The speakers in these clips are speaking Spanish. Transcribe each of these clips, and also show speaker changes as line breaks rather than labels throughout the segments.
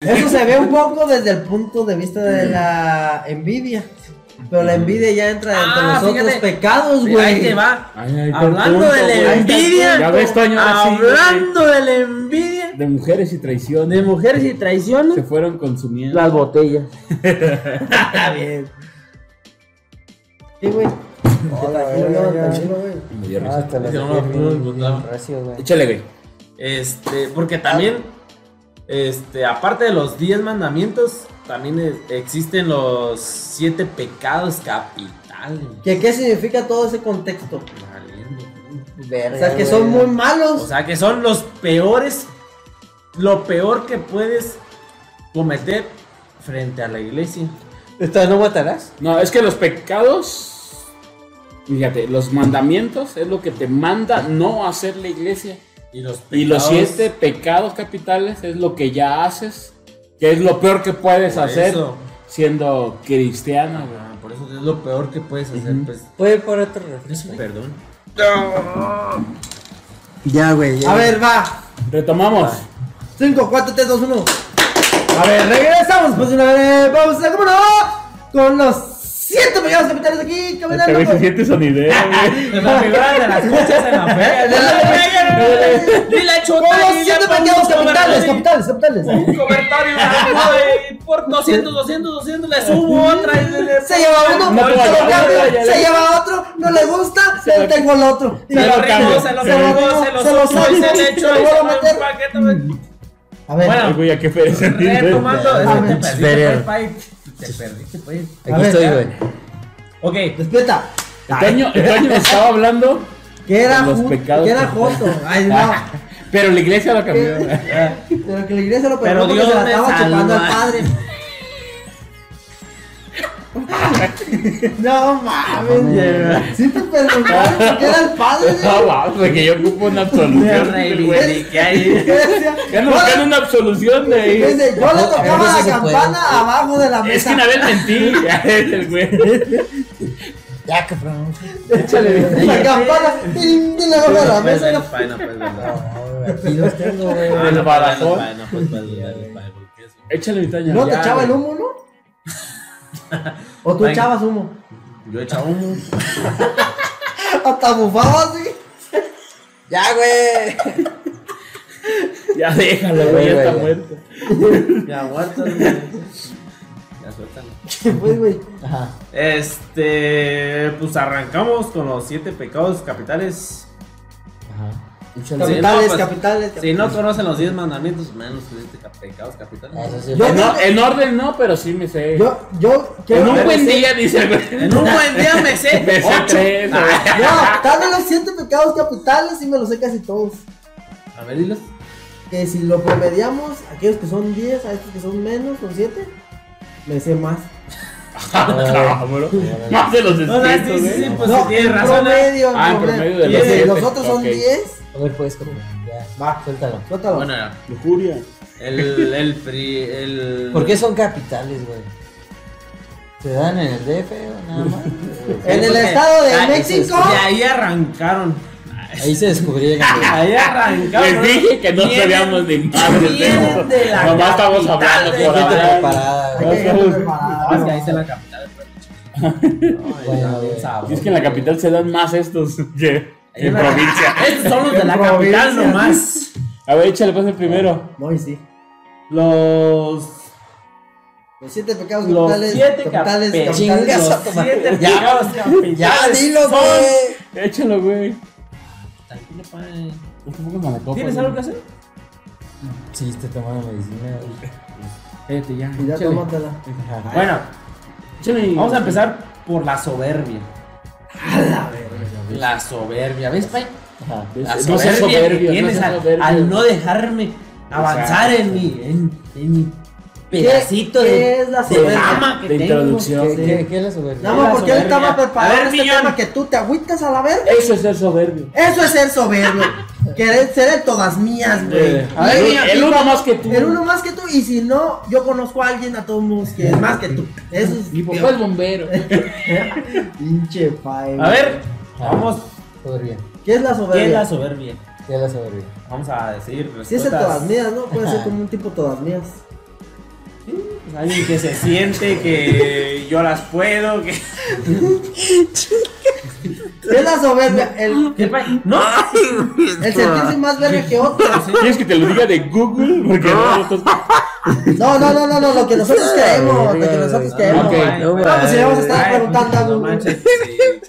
Eso se ve un poco desde el punto de vista de la envidia. Pero la envidia ya entra entre
Ah,
los otros
fíjate.
pecados,
Mira, Ahí te
güey.
va.
Ahí- ahí está el
Hablando
punto,
de
güey.
la
Ahí está el
envidia.
punto. Ya ves, Toño, ahora sí,
Hablando de la envidia
De mujeres y
de
traiciones.
mujeres y traiciones.
Se fueron consumiendo.
Las botellas.
Está bien. Sí, güey.
Hola,
Tranquilo,
ya, ya.
tranquilo, güey.
Me dio
Ah,
risa.
hasta las
Ese
dejé
no,
bien-
no,
bien
no.
recios, güey.
Échale, güey.
Este, porque también, este, aparte de los 10 mandamientos, también es- existen los siete pecados capitales.
¿Qué, ¿Qué significa todo ese contexto?
Valiendo.
O
Verga,
sea, que
güey.
son muy
O
malos.
sea, que son los peores, lo peor que puedes cometer frente a la iglesia.
¿Entonces no matarás?
No, es que los pecados. Fíjate, los mandamientos es lo que te manda no hacer la iglesia.
Y los
Y los
pecados-
siete pecados capitales es lo que ya haces, que es lo peor que puedes
Por
hacer
eso.
siendo cristiano. güey.
Ah, Por eso es lo peor que puedes hacer,
Ujú.
pues.
Puede ir por otro refresco.
Perdón.
Ya, güey.
A ver, va.
Retomamos.
5, 4, 3, 2, 1. A ver, regresamos pues de una vez. Vamos a, ¿cómo no? Con los 7 pecados capitales aquí,
Este,
caminando. güey.
sonidero.
Es la figura de las conchas en la fe. Ni la
Con
chota
los
ni
7
la
pecados
pongo,
capitales,
¿verdad?
capitales, capitales.
Un comentario barato de por 200, 200, 200, le subo otra. y le- le-
Se lleva uno,
No
se
te
lo
vayas,
cambio,
no te vayas.
se lleva otro, no le gusta, se lo tengo al otro. Y
Se
me
lo
lo cambio.
regó, se lo
Se lo
regó,
regó,
se lo
se lo
sopló y se
sopló,
le
se
echó
lo
y
vuelvo
se
a meter.
lo empaquetó.
A ver,
Bueno,
Güey, ¿a qué pereza
Retomando,
A ver.
es que te perdiste,
Espera.
pues, pa, Te perdiste, pues.
A
Aquí
ver,
estoy,
ya.
güey.
Ok,
despierta.
El Toño- el Toño estaba hablando,
Que era
Los
Ju-
pecados
que era
capitales.
Joto. Ay, no.
Ah,
Eh,
pero la iglesia lo cambió. güey.
Pero que la iglesia lo
Pero
perdonó porque se
Dios
la
me
estaba chupando al
salva.
padre. No mames, si te perdonaron porque era el padre.
No, va, güey, que yo ocupo una
me
absolución. güey.
reivindiqué ahí.
Ya nos buscan una absolución de ahí.
Dice, yo le tocaba
Entonces
la
se puede.
campana abajo de la
Es que
mesa.
una vez mentí. El güey.
Ya, cabrón.
La campana tin, tin, abajo de la
Pues,
mesa.
bueno, pues, bueno.
Aquí los tengo, güey.
Ah, no, pues,
barajón.
bueno, pues, bueno, pues, bueno, porque eso-
Échale mi Toño.
No te
ya,
echaba el
güey.
humo, ¿no? O tú
Venga.
echabas humo.
Yo he echado un.
Hasta bufaba así.
Ya, güey.
Ya déjalo, güey, ya
Güey,
está
güey.
muerto.
Ya aguántalo. Ya suéltalo.
Pues, güey.
Ajá.
Este, pues arrancamos con los siete pecados capitales.
Échale.
Sí, no,
Capitales,
pues,
capitales.
Si no conocen los 10 mandamientos, menos los siete cap- pecados capitales.
Eso sí.
Yo-
En, or- en orden no, pero sí me sé.
Yo, yo quiero.
en un buen
decir-
día, dice el güey.
En un buen día me sé
Me sé
ocho.
tres, güey.
No, dame los siete pecados capitales y me los sé casi todos.
A ver, dilos.
Que si lo promediamos, aquellos que son 10 a estos que son menos, son 7, me sé más.
Cabrón. Más de los
No, no, sí,
escritos,
sí,
güey.
sí, pues
no,
sí, tienes
en
razón. ¿eh?
promedio,
Ah, en promedio
los,
de
los
si los
siete,
otros son
ok.
10,
A ver, puedes comer. Ya.
Va.
suéltalo.
suéltalo.
Bueno, ya.
Lujuria.
el, el, pri- el.
¿Por qué son capitales, güey? ¿Te dan en el DF o nada más?
en el
Porque-
estado de
Ah,
México,
De ahí arrancaron.
Ahí se descubrieron, güey.
Ahí
Les
arrancaron.
dije que no
Vienen-
sabíamos ni madre
vienen de la
Nomás estamos
capital
hablando
de-
por
Gente
hablar.
preparada,
hay
güey.
que dejarlo preparado.
Ah, es que ahí está la capital. pero- No,
Bueno,
bien sabroso.
Y es que en la capital se dan más estos que en
la-
provincia.
Estos son los de la
Provincia.
capital nomás.
A ver, échale pues el primero.
No, y sí.
Los.
Los siete pecados
Los
capitales,
siete
capitales,
cap-
capitales.
Chingas
Los
a tu madre.
siete
Ya,
pecados capitales.
Ya, dilo,
son-
güey.
Échalo, güey. Este
Tranquilo, pa.
Es que pongas malacopa,
¿Tienes
güey.
algo que hacer?
Sí, estoy tomando medicina, güey.
Cállate ya.
Y ya
échale.
tómatela.
Ajá.
Bueno,
Échale.
vamos a empezar por la soberbia. La soberbia, ¿ves, Pai?
Ajá.
La
No
soberbia,
seas soberbio.
que
No
tienes
seas
al,
soberbio.
al no dejarme avanzar en mi, en, en mi pedacito
¿Qué-
de,
qué es la
de
soberbia?
fama que
De
tengo.
introducción.
¿Qué, qué, ¿Qué es la soberbia?
Nada más
la
porque él
soberbia.
estaba
A ver,
preparado este
millón.
tema que tú te agüitas a la verga.
Eso es ser soberbio.
Eso es ser soberbio. Querer ser de todas mías, güey.
Eh, a ver,
Y-
mira, el uno más que tú.
El uno más que tú, y si no, yo conozco a alguien a todos modos que es más que tú. Eso es.
Mi papá es bombero.
Pinche pae.
A ver, vamos.
Soberbia.
¿Qué es la
¿Qué es
soberbia?
la soberbia?
¿Qué es la soberbia?
Vamos a decir
Si es el
respuestas.
todas mías, ¿no? Puede ser
Ajá.
como un tipo todas mías.
Pues alguien que se siente, que yo las puedo, que.
Es la soberbia. El,
¿Qué pa- No,
el sentirse más verga que otro.
¿Quieres que te lo diga de Google? Porque no, estás-
No, no, no, no, no, lo que nosotros queremos, lo que nosotros queremos.
Ok.
no,
bueno,
pues, ya vamos a
estar
ay,
preguntando
no
algo.
manches, sí,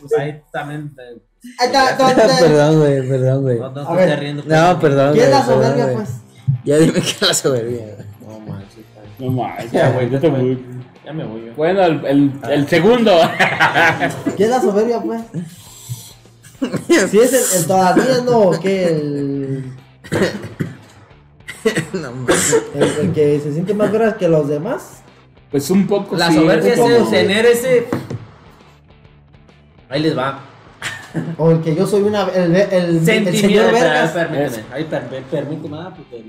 pues ahí también te-
Ahí está, todo, todo.
perdón, güey, perdón, güey.
no, no
A
te
ver,
estés riendo.
No, perdón.
¿Qué es la
güey, perdón,
soberbia,
güey.
pues?
Ya dime que es la soberbia. güey.
No manches, ay,
no más, ya, güey, ya te voy.
ya me voy yo.
Bueno, el, el, el segundo.
¿Qué es la soberbia, pues? Si es el, el todavía no, o qué, el,
No mames.
el, el que se siente más verga que los demás.
Pues un poco.
La
sí,
soberbia es
un
el
poco.
tener ese. Ahí les va.
O el que yo soy una. El, el, el señor
Sentimiento. ah,
vergas.
Permíteme. Ahí per- permíteme. ah, porque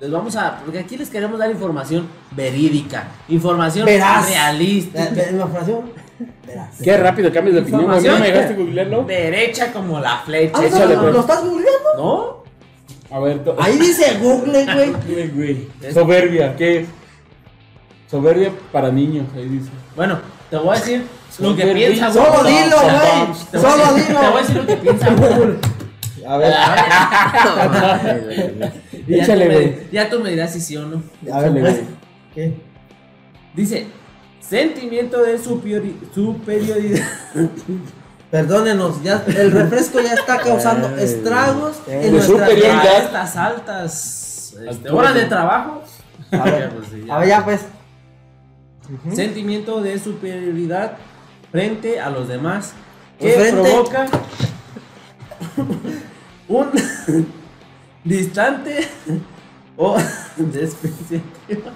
les vamos a. Porque aquí les queremos dar información verídica. Información
Verás.
realista.
La, la, la fracción. Verás.
Qué rápido cambias de opinión, güey. ¿No
Información.
me dejaste googlearlo?
Derecha como la flecha.
Ah, no,
échale,
no,
pues.
¿Lo estás googleando?
¿No?
A ver, to-
Ahí dice Google, güey.
Güey, güey. Soberbia, ¿qué es? Soberbia para niños, ahí dice.
Bueno, te voy a decir lo que
Soberbia.
piensa
Solo
Solo
Google.
dilo,
Te
güey.
voy a
Solo
decir- Te voy a
dilo.
decir lo que piensa Google.
A ver,
No mames, güey.
Y ya tú
Échale,
me-
güey.
Ya tú me dirás si sí o no.
a ver,
Échale,
pues.
güey.
¿Qué?
Dice, sentimiento de superiori- superioridad.
Perdónenos, ya, el refresco ya está causando estragos
De
en nuestra
superior.
A
Ya.
estas altas este,
Alturas,
horas de
¿no?
trabajo.
A ver,
Pues sí, ya.
a ver, ya pues.
Sentimiento de superioridad frente a los demás que
Pues frente.
provoca un distante o despreciativo,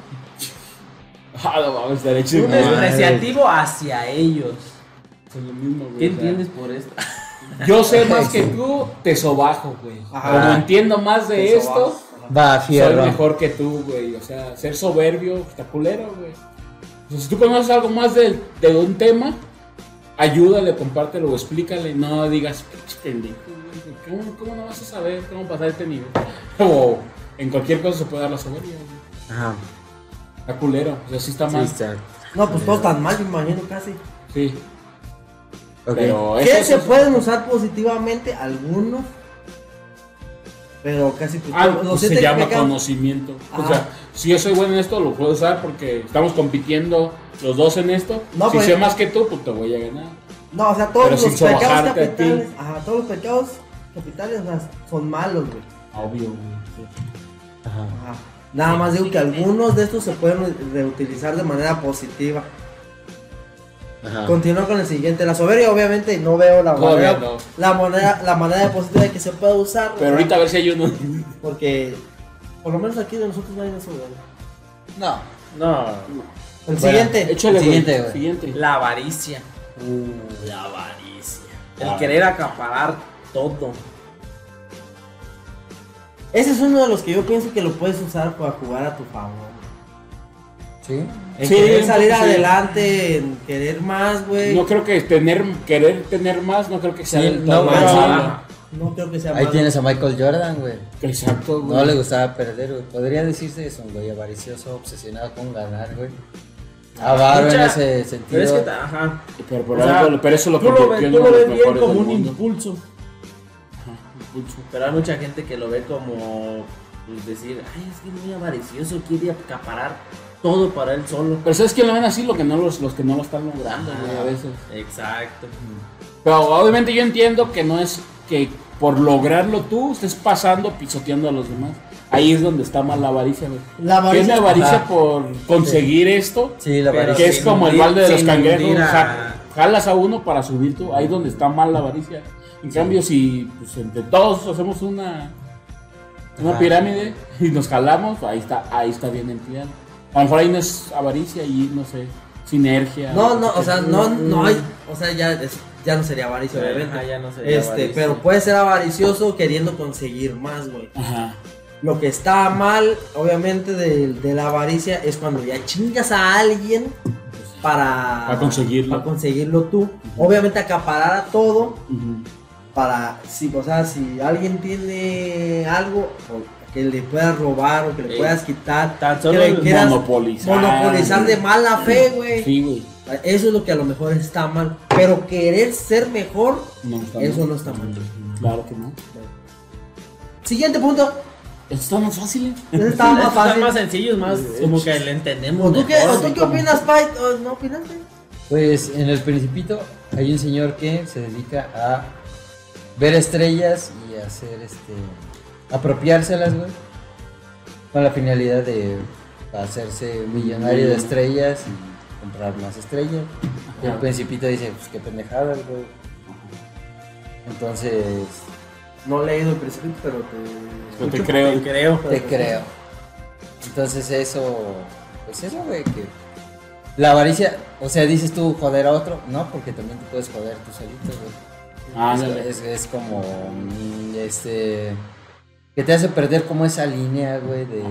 Ah, no mames, estaré chido.
un
güey.
despreciativo hacia ellos.
Es lo mismo, güey,
¿Qué
o sea,
entiendes por esto?
Yo sé más que tú, te sobajo, güey.
Ajá.
Como entiendo más de
Te
esto,
sobajo.
Va,
soy
fierro.
mejor que tú, güey. O sea, ser soberbio está culero, güey. O sea, si tú conoces algo más de, de un tema, ayúdale, compártelo o explícale. No digas, pinche pendejo, güey. ¿Cómo, cómo no vas a saber cómo pasar este nivel? O en cualquier cosa se puede dar la soberbia, güey.
Ajá.
Está culero. O sea, sí está
Sí,
mal. Sí.
está.
No, pues todo tan mal, me imagino casi.
Ok.
Pero eso
Que
es-
se pueden usar positivamente algunos, pero casi pues,
Ah,
todo-
pues
los siete
se
que
llama
me quedan-
conocimiento. O
Ah.
sea, si yo soy bueno en esto, lo puedo usar porque estamos compitiendo los dos en esto.
No,
si
pues-
sé más que tú, pues te voy a ganar.
No, o sea,
Pero
todos los
sin
pecados
sobajarte a ti.
capitales, ajá, todos los pecados capitales o sea, son malos, güey.
Obvio.
Ajá.
Ajá. Nada más digo que algunos de estos se pueden reutilizar de manera positiva.
Ajá.
Continúo con el siguiente. La soberbia, obviamente, no veo la
Todavía
manera,
no.
la manera, la manera positiva de que se pueda usar.
Pero
o sea,
ahorita a ver si hay uno.
Porque, por lo menos aquí de nosotros nadie es soberbio.
No.
No.
El siguiente.
Échale, güey.
Siguiente, güey.
Siguiente.
La avaricia. Uh, la avaricia. El
Ah.
querer acaparar todo.
Ese es uno de los que yo pienso que lo puedes usar para jugar a tu favor.
Sí.
En
Sí,
querer salir
sí.
adelante, en querer más, güey.
No
No,
creo que tener, querer tener más, no creo que sea
Sí,
del
no,
todo
güey.
malo.
Ah.
creo que sea
Ahí
malo.
tienes a Michael Jordan, güey.
Exacto, güey.
No le gustaba perder, güey. Podría decirse eso, güey. Avaricioso, obsesionado con ganar, güey.
Ah,
Avaro en
Ah, Escucha,
ese
Pero es
sentido.
que, ta- ajá.
Pero, por
O sea,
algo- pero eso lo
tú lo ves,
convirtió en
tú
uno
lo
de
ves
los
bien
mejores
como
del
un
mundo.
impulso.
Impulso.
Pero hay mucha gente que lo ve como pues, decir, ay, es que es muy avaricioso, quiere acaparar todo para él solo.
Pero ¿sabes quién lo ven así? Los que no, los, los que no lo están logrando, güey,
Ah,
a veces.
Exacto.
Pero obviamente yo entiendo que no es que por lograrlo tú estés pasando, pisoteando a los demás. Ahí es donde está mal la avaricia, güey.
La
Tiene
avaricia.
avaricia
Ajá.
por conseguir esto,
Sí, la
Pero
avaricia.
que es
sin
como el
hundir-
balde de los
sin
cangrejos.
hundir a-
ja- Jalas a uno para subir tú. Ahí es donde está mal la avaricia. En cambio, si pues, entre todos hacemos una, una
Ajá.
pirámide y nos jalamos, ahí está, ahí está bien empleado. A lo mejor ahí no es avaricia y no sé, sinergia.
No, no, o sea, no,
Mm.
no hay. O sea, ya, es- ya no sería avaricio, obviamente.
Ajá, ya no sería
este,
avaricia.
pero puede ser avaricioso queriendo conseguir más, güey.
Ajá.
Lo que está mal, obviamente, de, de la avaricia es cuando ya chingas a alguien para,
Para conseguirlo.
para conseguirlo tú. Obviamente acaparar a todo
Ujú.
para, si, o sea, si alguien tiene algo, o- que le puedas robar o que le
Sí.
puedas quitar,
Tan
que
solo
le
el
quieras
monopolizar.
monopolizar de mala fe, güey.
Sí, güey.
Eso es lo que a lo mejor está mal, pero querer ser mejor,
No está
eso
mal.
no está mal.
Claro que no.
Siguiente punto,
Esto está más fácil, ¿eh?
Eso estaba más
Están
fácil.
más sencillos, más como que le entendemos.
¿O tú qué,
mejor,
o tú
güey,
qué
como-
opinas, Pai? ¿O ¿No opinas? güey?
Pues en el principito hay un señor que se dedica a ver estrellas y a hacer este apropiárselas, güey. Con la finalidad de hacerse millonario de estrellas y comprar más estrellas. Y el
Ajá.
principito dice, pues qué pendejada, güey. Entonces,
No he leído el principio, pero te...
Yo te creo.
Creo.
Pues,
te creo. Entonces eso, pues eso, güey, que la avaricia, o sea, dices tú joder a otro, no, porque también te puedes joder tú solito, güey.
Ah,
Es- es, es como mm, este que te hace perder como esa línea, güey, de,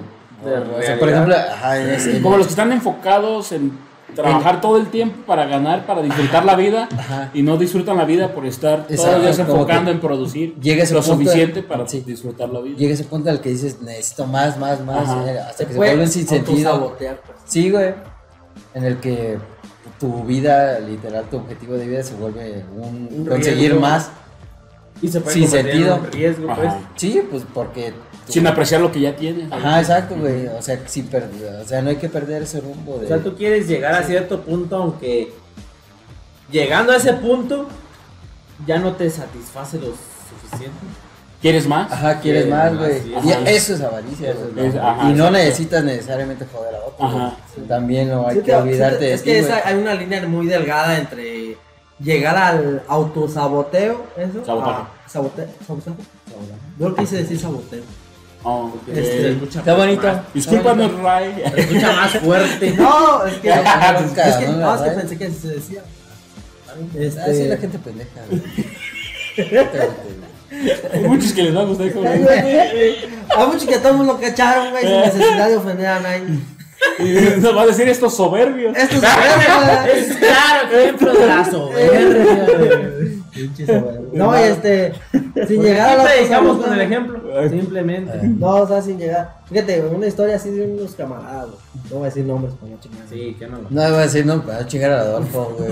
De
o sea,
realidad.
por ejemplo, ajá, en este-
Como los que están enfocados en trabajar todo el tiempo para ganar, para disfrutar la vida
Ajá.
y no disfrutan la vida por estar todos
Exacto,
los días
como
enfocando
que
en producir
llega ese
lo
punto-
suficiente para
sí.
disfrutar la vida.
llega ese punto al que dices necesito más, más, más,
Ajá.
eh, hasta
Te
que se
puede
vuelven sin sentido.
autosabotear, pues.
Sí, güey, en el que tu vida, literal, tu objetivo de vida se vuelve un,
Un
conseguir
riesgo.
más.
Y se puede
Sin
convertir en
sentido.
un riesgo, pues.
Ajá.
Sí, pues porque tu-
Sin apreciar lo que ya tienes.
Ajá, exacto, güey. O sea, sin perder, o sea, no hay que perder ese rumbo de
O sea, tú quieres llegar a cierto punto, aunque llegando a ese punto ya no te satisface lo suficiente.
¿Quieres más?
Ajá, quieres
Quieren
más,
más,
güey.
sí,
Y
ajá.
eso es avaricia,
Eso es
güey.
la avaricia.
Y no
Ajá,
necesitas necesariamente joder a otro.
Ajá.
güey. También no hay
Sí,
que
te-
olvidarte
sí,
de
Es
ti,
que
güey.
esa- hay una línea muy delgada entre llegar al autosaboteo, eso.
Sabotaje.
a- sabote- sabotaje. No quise decir saboteo.
Oh, ok.
Este,
Está bonito.
Discúlpanos, Ray.
Escucha más fuerte.
No, es que.
Ya,
es
nunca,
que,
¿no?
no, es que
¿verdad?
pensé que se decía.
Ah, sí, la
Este,
gente pendeja, güey. Vete,
Hay muchos que les va a gustar como-
a muchos que a todos lo cacharon, güey, sin necesidad de ofender a nadie.
Y Nos va a decir estos soberbios.
Esto es verga.
Es claro, ejemplo de la soberbia.
No, y este.
Pues,
Sin llegar a la.
Siempre dejamos Pues, con el ejemplo. Simplemente.
No, o sea, sin llegar. Fíjate, güey, una historia así de unos camaradas. güey. No voy a decir nombres para no chingar.
Sí, que no.
No, voy a decir, no, para chingar a Adolfo, güey.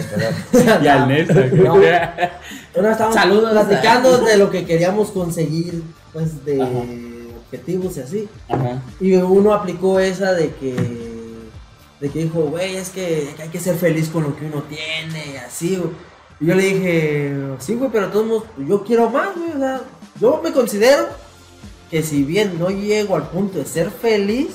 pero-
Y al Néstor.
No. Ahora estábamos
Saludos.
platicando de lo que queríamos conseguir, pues de
Ajá.
objetivos y así.
Ajá.
Y uno aplicó esa de que, de que dijo, güey, es que hay que ser feliz con lo que uno tiene y así. güey". Y yo le dije, sí, güey, pero de todos modos, yo quiero más, güey. O sea, yo me considero que si bien no llego al punto de ser feliz,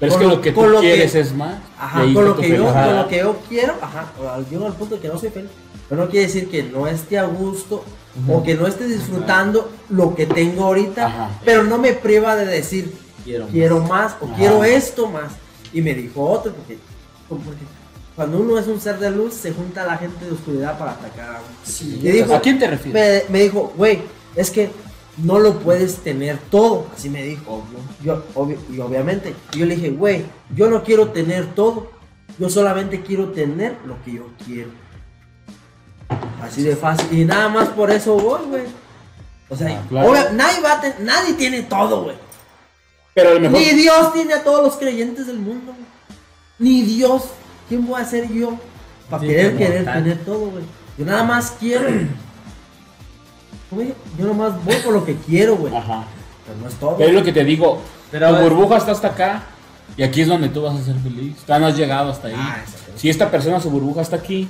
Pero es
Con
que
lo-
lo que
con
tú
lo que-
quieres es más.
Ajá,
Y ahí
con lo,
está tu
que yo,
felicidad.
con lo que yo quiero, ajá, o- llego al punto de que no soy feliz, pero no quiere decir que no esté a gusto o que no esté disfrutando lo que tengo ahorita,
Ajá.
pero no me priva de decir
Quiero más.
quiero más o
Ajá.
quiero esto más. Y me dijo otro, porque, porque cuando uno es un ser de luz, se junta la gente de oscuridad para atacar a uno.
Sí,
Y dijo,
¿A quién te refieres?
me, me dijo, güey, es que no lo puedes tener todo. Así me dijo. Yo, obvio- y obviamente, yo le dije, güey, yo no quiero tener todo. Yo solamente quiero tener lo que yo quiero. Así de fácil. Y nada más por eso voy, güey. O sea,
Ah, claro.
obvia- nadie, va a ten- nadie tiene todo, güey.
Pero a lo mejor.
Ni Dios tiene a todos los creyentes del mundo, güey. Ni Dios. ¿Quién voy a ser yo? Para
Sí,
querer,
como
querer,
tal.
tener todo, güey. Yo nada más quiero. Güey, yo nada más voy por lo que quiero, güey.
Ajá.
Pero no es todo.
Ah. Pero es lo que te digo.
Pero a
tu
ver-
burbuja está hasta acá. Y aquí es donde tú vas a ser feliz. Tú no has llegado hasta ahí.
Ah, exacto.
si esta persona, su burbuja está aquí,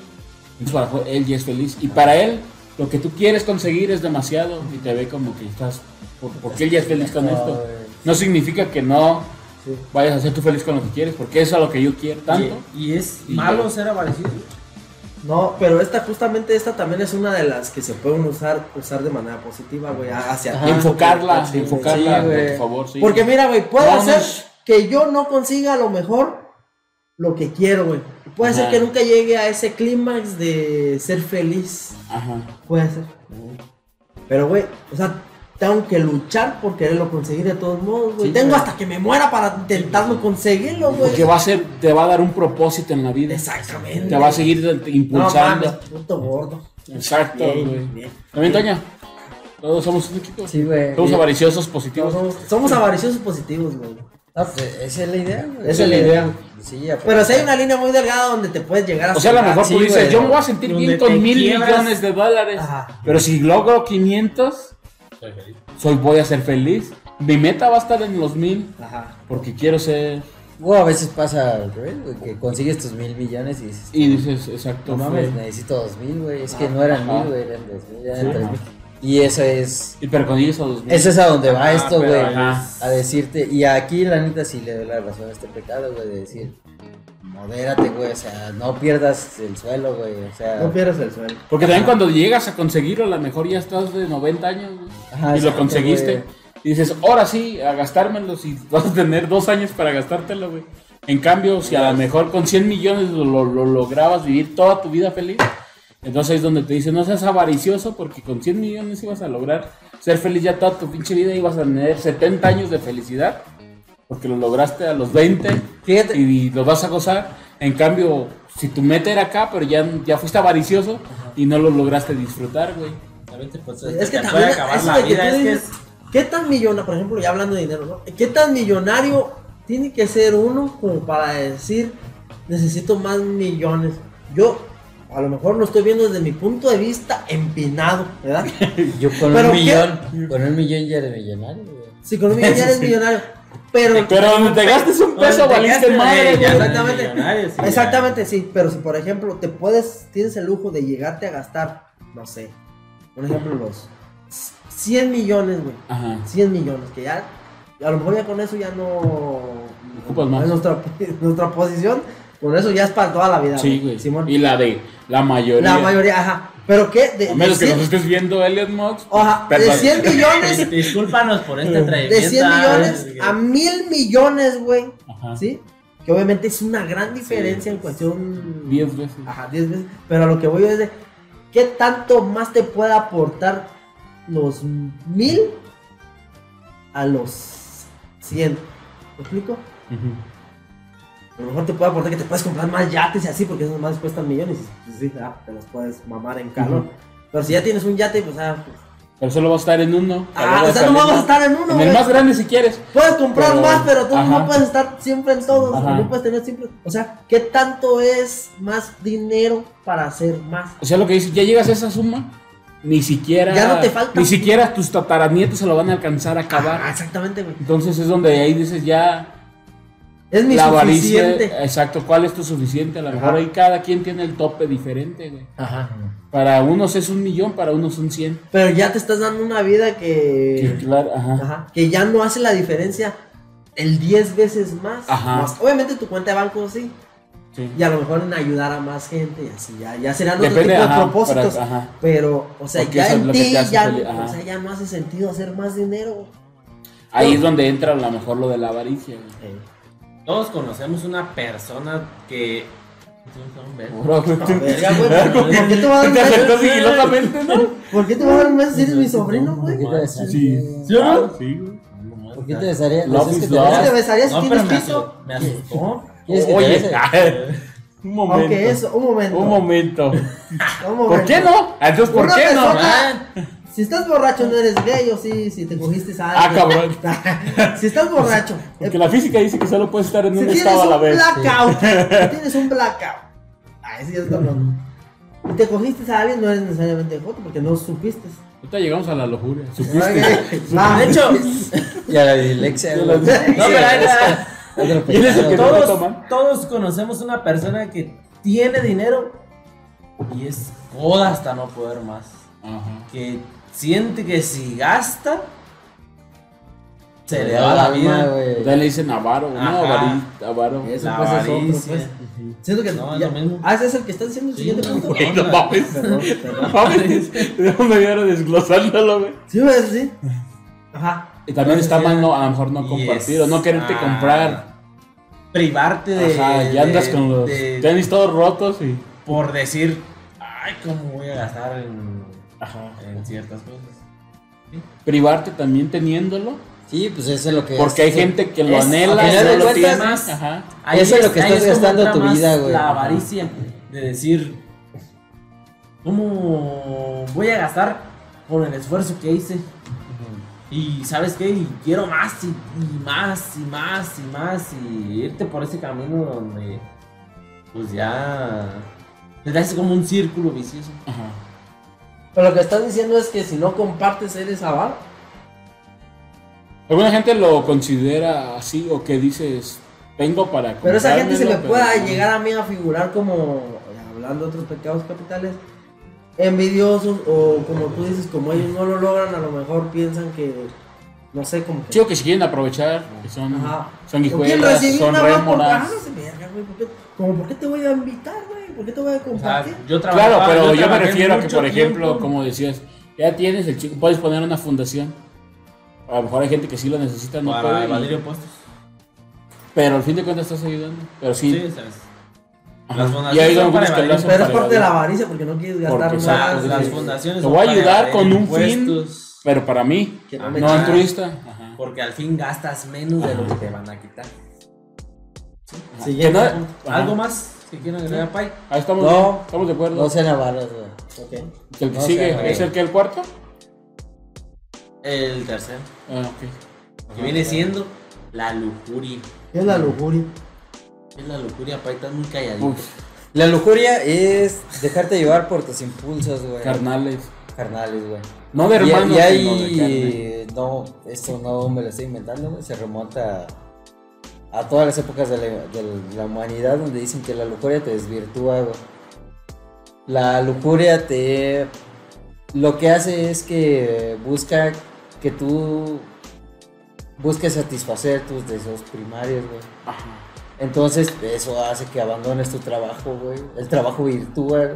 entonces para jo- él ya es feliz. Y para él, lo que tú quieres conseguir es demasiado. Y te ve como que estás. ¿Por, por qué él ya es feliz con esto? No significa que no
Sí.
vayas a ser tú feliz con lo que quieres. Porque eso es lo que yo quiero tanto.
Y, y es
Y
malo
ya.
ser avaricioso.
No, pero esta, justamente esta también es una de las que se pueden usar, usar de manera positiva, güey. a- Hacia ti.
enfocarla,
Sí, güey.
enfocarla,
Sí, güey.
por favor. Sí.
Porque mira, güey, puede
Vamos.
ser que yo no consiga a lo mejor lo que quiero, güey. Puede ser
Ajá.
que nunca llegue a ese clímax de ser feliz.
Ajá.
Puede ser. Pero, güey, o sea, tengo que luchar por quererlo conseguir de todos modos, güey.
Sí,
tengo
güey.
hasta que me muera para intentarlo conseguirlo, güey.
Porque va a ser, te va a dar un propósito en la vida.
Exactamente.
Te va a seguir
No mames,
impulsando.
puto gordo.
Exacto,
Bien,
güey.
bien.
También, Toño. Todos somos un equipo.
Sí, güey.
Somos
Y-
avariciosos positivos.
Somos, somos avariciosos positivos, güey.
No, pues, esa es la idea, güey.
Esa es la
Eh,
idea. Ah,
Sí, ya, pues.
Pero si hay una línea muy delgada donde te puedes llegar a...
O sea, a lo
cegar,
mejor
sí,
tú dices,
güey.
yo me voy a sentir
Donde
bien
te
con mil
quiebras.
millones de dólares.
Ajá.
Pero si logro 500, soy, voy a ser feliz. Mi meta va a estar en los mil
Ajá.
porque quiero ser.
O a veces pasa al revés, güey, que consigues tus mil millones y dices,
Y dices, exacto,
no mames,
güey.
necesito dos mil, güey. Es que no eran
Ajá.
mil, güey, eran dos mil, eran
Sí.
tres mil. Y eso es,
Y pero con ellos a los mil.
eso es a donde va
Ah,
esto,
pero
güey.
ajá.
A decirte, y aquí la neta sí le doy la razón a este pecado, güey, de decir, modérate, güey, o sea, no pierdas el suelo, güey, o sea.
No pierdas el suelo.
Porque también cuando llegas a conseguirlo, a lo mejor ya estás de 90 años güey,
Ajá,
y lo
exacto,
conseguiste.
güey.
Y dices, ahora sí, a gastármelos y vas a tener dos años para gastártelo, güey. En cambio, si a lo mejor con 100 millones lo, lo- lo lograbas vivir toda tu vida feliz, entonces es donde te dicen, no seas avaricioso porque con 100 millones ibas a lograr ser feliz ya toda tu pinche vida y ibas a tener 70 años de felicidad porque lo lograste a los 20
Fíjate,
y lo vas a gozar. En cambio, si tu meta era acá, pero ya, ya fuiste avaricioso y no lo lograste disfrutar, güey.
También te puedes-
Es que
pues, te
también
puede acabar
eso
la
de que
vida.
tú
Es que
dices, ¿Qué tan millonario, por ejemplo, ya hablando de dinero, ¿no? ¿Qué tan millonario tiene que ser uno como para decir, necesito más millones? Yo, a lo mejor lo estoy viendo desde mi punto de vista empinado, ¿verdad?
yo con
¿Pero
un
qué?
millón, con un millón ya eres millonario, güey.
Si con un millón ya eres millonario, pero...
Pero donde te gastes
"Pues,
un peso,
Donde te
valiste
gastes,
madre,
güey,
güey.
ya eres
Exactamente.
millonario, sí, ya.
Exactamente, sí, pero si por ejemplo te puedes, tienes el lujo de llegarte a gastar, no sé, por ejemplo los 100 millones, güey.
Ajá.
100 millones, que ya, a lo mejor ya con eso ya no...
Ocupas más.
Es nuestra, nuestra posición, con eso ya es para toda la vida.
Sí, güey.
Simón.
Y la de la mayoría.
la mayoría, ajá. Pero qué, de,
A menos
de
que
100,
nos estés viendo, Elliot Mox. pues,
ajá, de
Perdón.
100 millones,
Dis- Este, Discúlpanos por este esta
de
trayectoria.
100 millones a mil millones, güey.
Ajá.
¿Sí? Que obviamente es una gran diferencia en cuestión...
10 veces.
Ajá, 10 veces. Pero a lo que voy es de qué tanto más te puede aportar los mil a los 100. ¿Me explico?
Ujú.
A lo mejor te puede aportar que te puedes comprar más yates y así, porque esos más cuestan millones. Y pues sí, ah, te los puedes mamar en calor.
Ujú.
Pero si ya tienes un yate, pues ah, pues,
Pero solo vas a estar en uno.
ah,
Tal
o
vez
sea, no
también,
vamos a estar en uno,
En el
güey.
más grande si quieres.
Puedes comprar
Pero-
más, pero tú no
ajá.
puedes estar siempre en todos.
Ajá.
No puedes tener siempre. O sea, ¿qué tanto es más dinero para hacer más?
O sea, lo que dices, ya llegas a esa suma, ni siquiera.
Ya no te falta.
Ni siquiera tus tataranietos se lo van a alcanzar a acabar.
Ah, exactamente, güey.
Entonces es donde ahí dices ya
Es mi
la avaricia.
suficiente.
Exacto, ¿cuál es tu suficiente? A lo mejor
Ajá.
ahí cada quien tiene el tope diferente, güey.
Ajá.
Para unos es un millón, para unos son cien.
Pero ya te estás dando una vida
Sí,
que.
claro, ajá.
Ajá. Que ya no hace la diferencia el 10 veces más.
Ajá.
Más- Obviamente tu cuenta de banco sí.
sí.
Y a lo mejor en ayudar a más gente y así. Ya, ya serán otro
Depende,
tipo
ajá,
de propósitos.
para- ajá.
Pero, o sea,
Porque
ya
eso es
en
lo que
ti
te hace
ya,
feliz,
no- o
ajá.
sea, ya no hace sentido hacer más dinero.
Ahí es donde entra a lo mejor lo de la avaricia. güey.
Todos conocemos una persona que.
Bro, güey,
A ver, ya, güey, ¿Por por qué te va a dar un
Te
beso?
aceptó sigilosamente, ¿no?
¿Por qué te va a dar un beso si eres mi sobrino, güey?
¿Por qué te
Ah,
besarías?
¿Sí o no?
Sí, güey.
¿Por qué te besarías?
Love
¿Deseas
is
que te
love.
¿Cómo
beses?
te besarías si
No, pero
tienes
me
piso?
asustó. Me asustó.
¿Quieres que te
Oye,
bese?
un momento.
Aunque eso, un momento.
Un momento.
un
¿Por
momento.
qué no? Ah, Entonces, ¿por
Una
qué no? Ah,
persona- Si estás borracho no eres gay o sí, si te cogiste a
Ah,
alguien.
cabrón.
si estás borracho.
Porque
eh,
la física dice que solo puedes estar en
si
un
tienes
estado a la
un
vez.
blackout. Si tienes un blackout. Ay, sí, es cabrón. Y te cogiste a alguien no eres necesariamente joto porque no supiste.
Ahorita llegamos a la locura.
Ah,
De hecho,
Y a la dislexia,
No,
güey.
no, pero ahí está.
Otro
Y él es el que-
pecado, güey.
todos,
toman.
todos conocemos una persona que tiene dinero y es coda hasta no poder más.
Ajá.
Que siente que si gasta, se le va
Te da
la
alma,
vida.
güey.
Entonces le dicen avaro, ¿no?
Ajá.
Avari- Avaro.
Eso
La
pues es otro,
avaricia.
pues. Siento que
No,
no.
es lo mismo.
Ah, ese es el que está diciendo el
Sí,
siguiente
no,
punto.
güey.
Güey, no mames.
Perdón, perdón.
Mames, tenemos media hora desglosándolo, güey.
Sí, güey, sí. Ajá.
Y también está mal, no, a lo mejor no
Y
compartir o no
es-
quererte
ah,
comprar.
Privarte de.
Ajá,
de-
ya andas con los
de-
tenis todos rotos y.
por decir, ay, ¿cómo voy a gastar en,
Ajá.
en ciertas cosas?
Privarte también teniéndolo.
Sí, pues eso es lo que
Porque
es,
hay gente que lo
es-
anhela
al
y
final
no
de
lo
cuentas-
tiene. Ajá.
Eso es lo que
ahí
estás
como
gastando
entra
tu
más
vida, güey.
La avaricia de decir, ¿cómo voy a gastar por el esfuerzo que hice. Y sabes qué, y quiero más y, y más y más y más y irte por ese camino donde pues ya te das como un círculo vicioso.
Ajá.
Pero lo que estás diciendo es que si no compartes eres avaro.
Alguna gente lo considera así o que dices, tengo para
Pero esa gente se me
comprármelo,
pueda
pero-
llegar a mí a figurar como, eh, hablando de otros pecados capitales, envidiosos o como tú dices, como ellos no lo logran, a lo mejor piensan que, no sé, como que...
Digo que si quieren aprovechar, que son,
Ajá.
son
¿O quién
guijuelas,
recibió
son
una más por- Ah,
rémoras.
no se verga, güey, ¿por qué- Como, ¿por qué te voy a invitar, güey? ¿Por qué te voy a
O sea,
compartir?
yo
Claro,
trabajaba-
pero yo me
trabajé
refiero a que,
mucho
por ejemplo,
tiempo.
como decías, ya tienes el chico, puedes poner una fundación. A lo mejor hay gente que sí lo necesita, no
para
puede. y-
evadir impuestos.
pero al fin de cuentas estás ayudando. Pero sí.
Sí, sabes.
ajá.
las fundaciones
y hay
son
algunos
para
que lo
evadir,
hacen
Pero es
para
parte de la
evadir.
avaricia porque no quieres gastar
Porque
más.
sabes,
Las, las
güey.
fundaciones
Te
son
voy a
para
ayudar
evadir
con un fin.
impuestos,
Pero para mí,
Que
Ah,
no me
no
Ajá.
altruista. Ajá.
Porque al fin gastas menos de lo que te van a quitar.
Ajá.
Siguiente
Que no-
punto.
Ajá.
¿Algo más que quieran agregar, Pai?
Ahí estamos,
No.
bien, estamos de acuerdo.
No sean avaros, güey.
Ok.
el que
no
sigue
sé, güey.
es el que el cuarto.
El tercero.
Ah, ok.
Que viene siendo la lujuria.
¿Qué es la lujuria?
Es la lujuria, Pai, estás muy calladito.
Uf,
La lujuria es dejarte llevar por tus impulsos,
pues,
güey.
carnales.
Carnales, güey.
No de
Y-
hermanos,
y
sino de carne.
hay, no, esto no me lo estoy inventando, güey, se remonta a, a todas las épocas de la, de la humanidad donde dicen que la lujuria te desvirtúa, güey. La lujuria te... Lo que hace es que busca que tú busques satisfacer tus deseos primarios, güey.
Ajá.
Entonces, eso hace que abandones tu trabajo, güey. El trabajo virtúa, güey.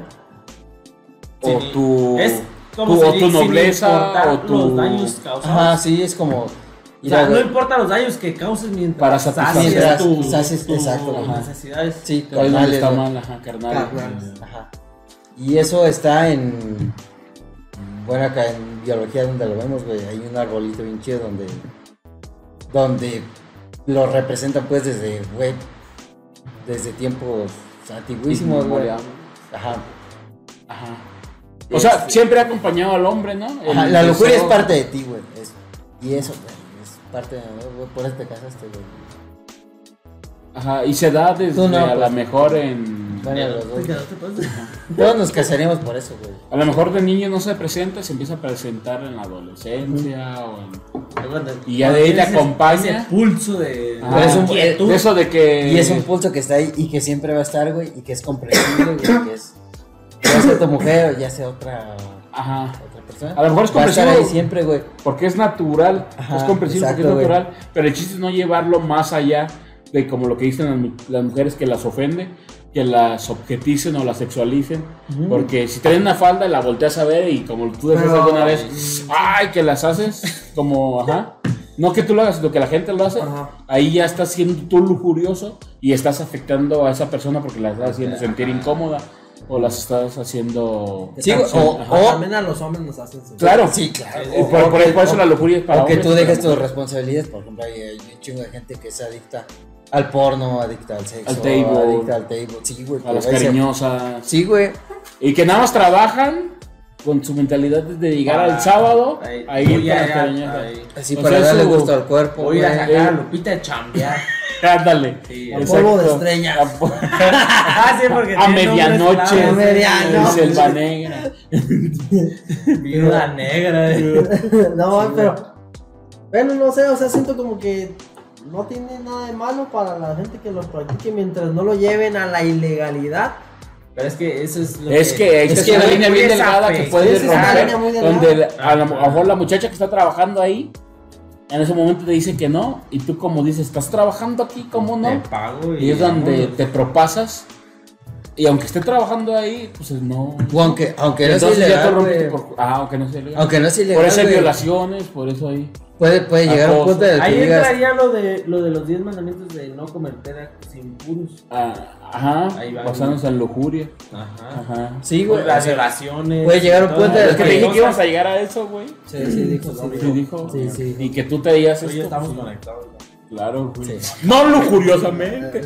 O
Sí,
tu.
Es
tu- o
si-
tu
sin
nobleza,
importar
o tu-
los daños causados.
Ajá, sí, es como...
O sea,
Mira,
no
güey,
importa los daños que causes mientras
Para satisfacer
Mientras
tu-
sacies-
tus
exacto, ajá.
necesidades.
Sí,
Ahí donde
carnales,
está
güey.
mal, ajá, carnales.
Carnales.
Ajá. Y eso está en. Bueno, acá en biología, donde lo vemos, güey, hay un arbolito bien chido donde. Donde lo representan, pues, desde, güey. Desde tiempos antiguísimos, güey.
Inmemorial.
Ajá.
Ajá. O sea, siempre ha acompañado al hombre, ¿no?
Este, Ajá,
El
La lujuria es
deseo.
parte de ti, güey. es- Y eso, güey. Es parte de. güey, por eso te casaste, güey.
Ajá, y se da desde
Tú no,
a
pues.
lo mejor en.
Bueno, los dos.
Ya no te puedes-
Todos nos casaríamos por eso, güey.
A lo mejor de niño no se presenta, se empieza a presentar en la adolescencia o en. Y ya de ahí te
Ese-
acompaña.
ese pulso de.
Ah,
Pero es un-
inquietud.
de eso de que.
Y es un pulso que está ahí y que siempre va a estar, güey, y que es comprensible, güey, que es ya sea tu mujer o ya sea otra,
Ajá.
otra persona.
A lo mejor es
va a estar ahí
comprensible.
siempre, güey.
Porque es natural.
Ajá,
es comprensible porque
exacto,
es
güey.
natural. Pero el chiste es no llevarlo más allá de como lo que dicen las, mu- las mujeres que las ofende, que las objeticen o las sexualicen. Porque si traen una falda, la volteas a ver y como tú decías
Pero-
alguna vez, ¡ay! que las haces. Como, ajá. No que tú lo hagas, sino que la gente lo hace.
Ajá.
Ahí ya estás siendo tú lujurioso y estás afectando a esa persona porque la estás haciendo
Ajá.
sentir incómoda o las estás haciendo.
Sí, güey, o-
Ajá.
O también a los hombres nos hacen sentir.
Ah, Claro.
Sí, claro.
Y por, por- por eso la lujuria es para
O que
hombres,
tú
pero-
dejes tus responsabilidades, por ejemplo, hay, hay un chingo de gente que es adicta al porno, adicta al sexo,
Al table.
adicta al table. Sí, güey,
A
que
las
va y se-
cariñosas.
Sí, güey.
Y que nada más trabajan con su mentalidad de llegar
Para-
al sábado.
Ah, ahí-
Ahí
voy
con
a
las
ir a-
cariñosas.
ahí.
Así
O
para
sea,
darle
Pues eso-
gusto al cuerpo,
Voy a
güey.
sacar a Lupita a chambear.
Ándale.
Sí.
Al polvo de estrella.
Ah, sí, porque
A
tiene nombres
medianoche.
claros.
A medianoche.
Selva negra.
Viuda negra. eh.
no, pero. Bueno, no sé, o sea, siento como que no tiene nada de malo para la gente que lo practique mientras no lo lleven a la ilegalidad.
Pero es que eso es lo
Es que
Es
esta es
que
una pues,
la
línea bien
lujuria pues, es
delgada que
afe-
puede
es una línea muy
romper.
delgada.
Donde la- a lo a lo mejor la muchacha que está trabajando ahí. En ese momento te dice que no, y tú como dices, estás trabajando aquí, ¿cómo no?
Te pago
Y es donde
vámonos.
te propasas. Y aunque esté trabajando ahí, pues no.
O aunque, aunque no sea
Entonces ya te
ilegal,
rompiste
güey.
por. Ah, aunque no sea ilegal.
Aunque no sea ilegal,
por eso hay
güey,
violaciones, por eso hay.
Puede, puede llegar a un
Acoso.
punto en el que
Ahí
digas,
entraría lo de, lo de los 10 mandamientos de no cometer actos impuros.
ah, ajá.
Ahí va.
basándose en lujuria.
Ajá.
Ajá.
Sí, güey.
las
o sea,
violaciones.
puede llegar a un
todas
punto en el
las
Es que te dije
cosas.
que íbamos a llegar a eso, güey.
Sí, sí, dijo, sí,
Sí,
dijo.
dijo.
Sí, sí.
Y que tú te digas
Hoy
esto.
estamos
pues,
conectados. ¿no?
Claro, güey.
Sí.
No lujuriosamente.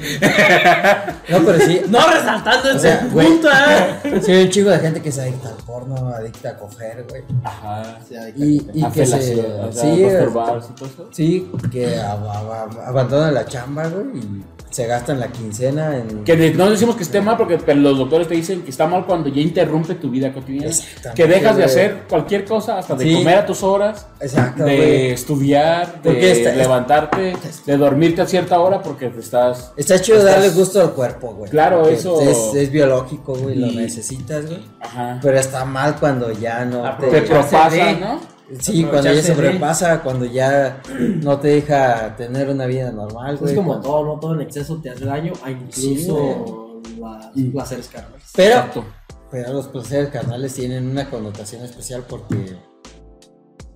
No, pero sí.
No resaltando
O
ese
sea, güey.
punto, ¿eh?
Sí, hay un chingo de gente que se adicta al porno, adicta a coger, güey.
Ajá.
Y, y que se.
Afelación, o sea,
Sí, este,
masturbarse y todo eso.
sí, que ab- ab- abandonan la chamba, güey, y se gastan la quincena en.
Que de- no decimos que esté mal porque pero los doctores te dicen que está mal cuando ya interrumpe tu vida cotidiana.
Exactamente,
Que dejas de
güey.
hacer cualquier cosa, hasta de
Sí.
comer a tus horas,
Exacto,
de
güey.
estudiar,
Porque
de
esta-
levantarte, de dormirte a cierta hora porque te estás...
Está chido
estás-
darle gusto al cuerpo, güey.
Claro,
porque
eso-
Es, es biológico, güey, lo
Y-
necesitas, güey.
Ajá.
Pero está mal cuando ya no.
Te
Aprovecharse
propasa,
de-
¿no?
Sí, cuando ya
aprovecharse de-
sobrepasa, cuando ya no te deja tener una vida normal, güey.
Es como
cuando-
todo, ¿no? Todo en exceso te hace daño,
Ah,
a incluso las
Y-
placeres carnales.
Pero,
Exacto.
pero los placeres pues, carnales tienen una connotación especial porque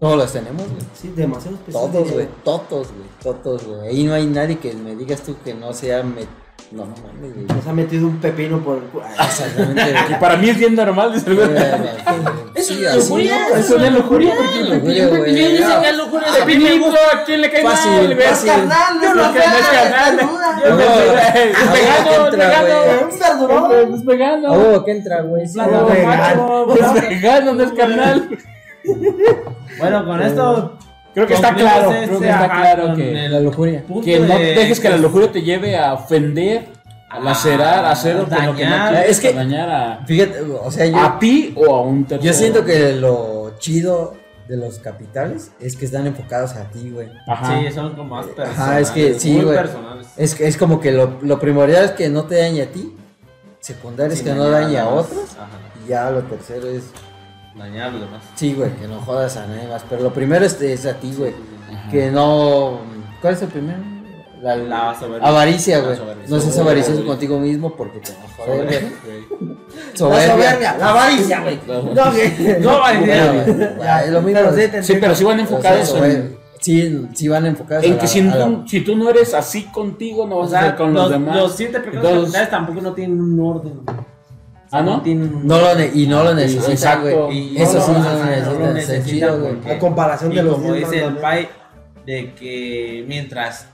todos los tenemos, güey.
Sí, demasiado especial.
Todos, güey. Todos, güey. Todos, güey. Ahí no hay nadie que me digas tú que no sea... me- No, no mames, güey. Ah,
Nos ha metido un pepino por el culo.
Exactamente,
Que
güey.
para mí es bien normal. dice el güey.
Sí,
una
así,
lujuria,
¿no?
es una
lujuria, lujuria, güey.
Yo dice que
No,
es locura
Este
de
pinito, ¿a quién le cae
Fácil,
mal, güey?
fácil.
yo
no sé, no es carnal.
No,
Un verdurón.
Es vegano, es vegano.
Oh,
a huevo que entra, güey.
Es vegano.
A huevo que entra, güey. sí,
Un
no,
plátano
güey.
vegano.
Es vegano, no es carnal.
Bueno, con esto.
Creo que está
concluimos
claro,
este,
creo que está
ajá,
claro
con
que,
La lujuria.
punto
que no
de-
dejes que la locura te lleve a ofender, a lacerar, a hacer lo que no
Ah, dañar.
quieres,
Es que-
a dañar a,
Fíjate, o sea, yo...
a ti o a un tercero.
Yo siento que lo chido de los capitales es que están enfocados a ti, güey.
Ajá.
Sí, son como más personales.
Ajá, es que sí,
muy
güey.
personales.
Es, que- es como que lo, lo primordial es que no te dañe a ti, secundario es que no dañe a otros,
Ajá,
y ya lo tercero es,
dañar a los demás.
sí, güey, que no jodas a nadie más. Pero lo primero es, es a ti, güey.
Ajá.
Que no. ¿Cuál es el primero? La,
La soberbia.
avaricia, güey.
La soberbia.
No seas
Soberbia.
avaricioso contigo mismo porque te va a joder, güey.
La
Soberbia.
soberbia, la avaricia, güey. No, güey.
No, eh,
Bueno,
vale.
güey, es lo mismo.
Pero sí, te
Sí, pero sí van
O sea,
enfocados en,
soberbia. Sí, sí van enfocados
en
a
que
la-
si,
a la-
tú, si tú no eres así contigo, no
O
vas a
sea,
ser con los, demás.
los siete pecados
Entonces-
capitales tampoco no tienen un orden. güey. O sea,
Ah, ¿no?
tienen un
No lo ne- y no lo necesita,
Exacto.
güey.
Y
Eso
no
sí
lo-
no
ajá,
lo
no
necesita.
lo
está
necesita
chido, güey.
porque-
A comparación
Y
de los
como
diez
dice el
mandamientos.
Pai, de que mientras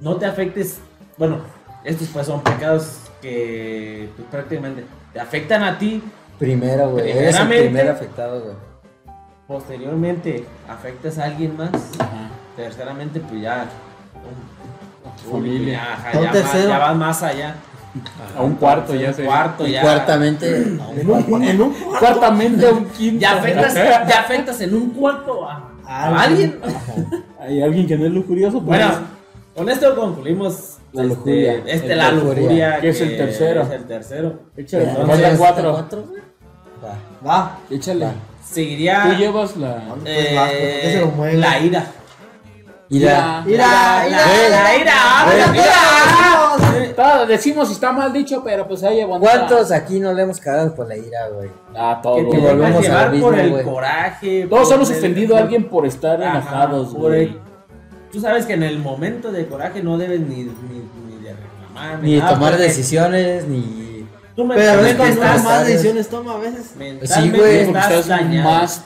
no te afectes, bueno, estos pues son pecados que pues, prácticamente te afectan a ti,
Primero, güey. Eres el
Primeramente.
primer afectado, güey.
posteriormente afectas a alguien más,
Ajá.
terceramente pues ya
tu familia.
ya, ajá,
Un
ya, vas,
tercero.
ya vas más allá,
A un cuarto ya se.
cuarto
Y
ya,
cuartamente. no,
En un, en un
Cuartamente a un quinto.
ya afectas, ya afectas en un cuarto a, a alguien.
Hay alguien que no es lujurioso. pues.
Bueno, con esto concluimos
La
este,
lujuria.
este,
El
la
lujuria.
lujuria
Que es el tercero.
es el tercero.
échale,
¿no?
faltan
¿Hasta
cuatro.
güey? Va.
Va.
Échale.
Seguiría
Tú llevas la.
¿Dónde
eh,
pues vas? ¿Por qué se lo mueve?
la ira.
Y la-
Mira, mira,
Güey.
la ira,
ah, mira,
la ira.
mira.
Todo, decimos si está mal dicho, pero pues ahí aguanta.
¿Cuántos aquí no le hemos cagado por la ira, güey?
Ah,
Que
todos.
te
volvemos
dejas
al
llevar
abismo,
por el
güey.
coraje.
Todos
por
hemos
el-
ofendido a alguien por estar
Ajá,
enojados,
por
güey.
el- Tú sabes que en el momento de coraje no debes ni, ni, ni de reclamar.
Ni
nada,
tomar
Ah, porque
decisiones, ni.
Tú me
Pero
es
es
que
que
estás-
más decisiones toma a veces.
mentalmente
güey,
Porque
estás
estás
dañado.
más,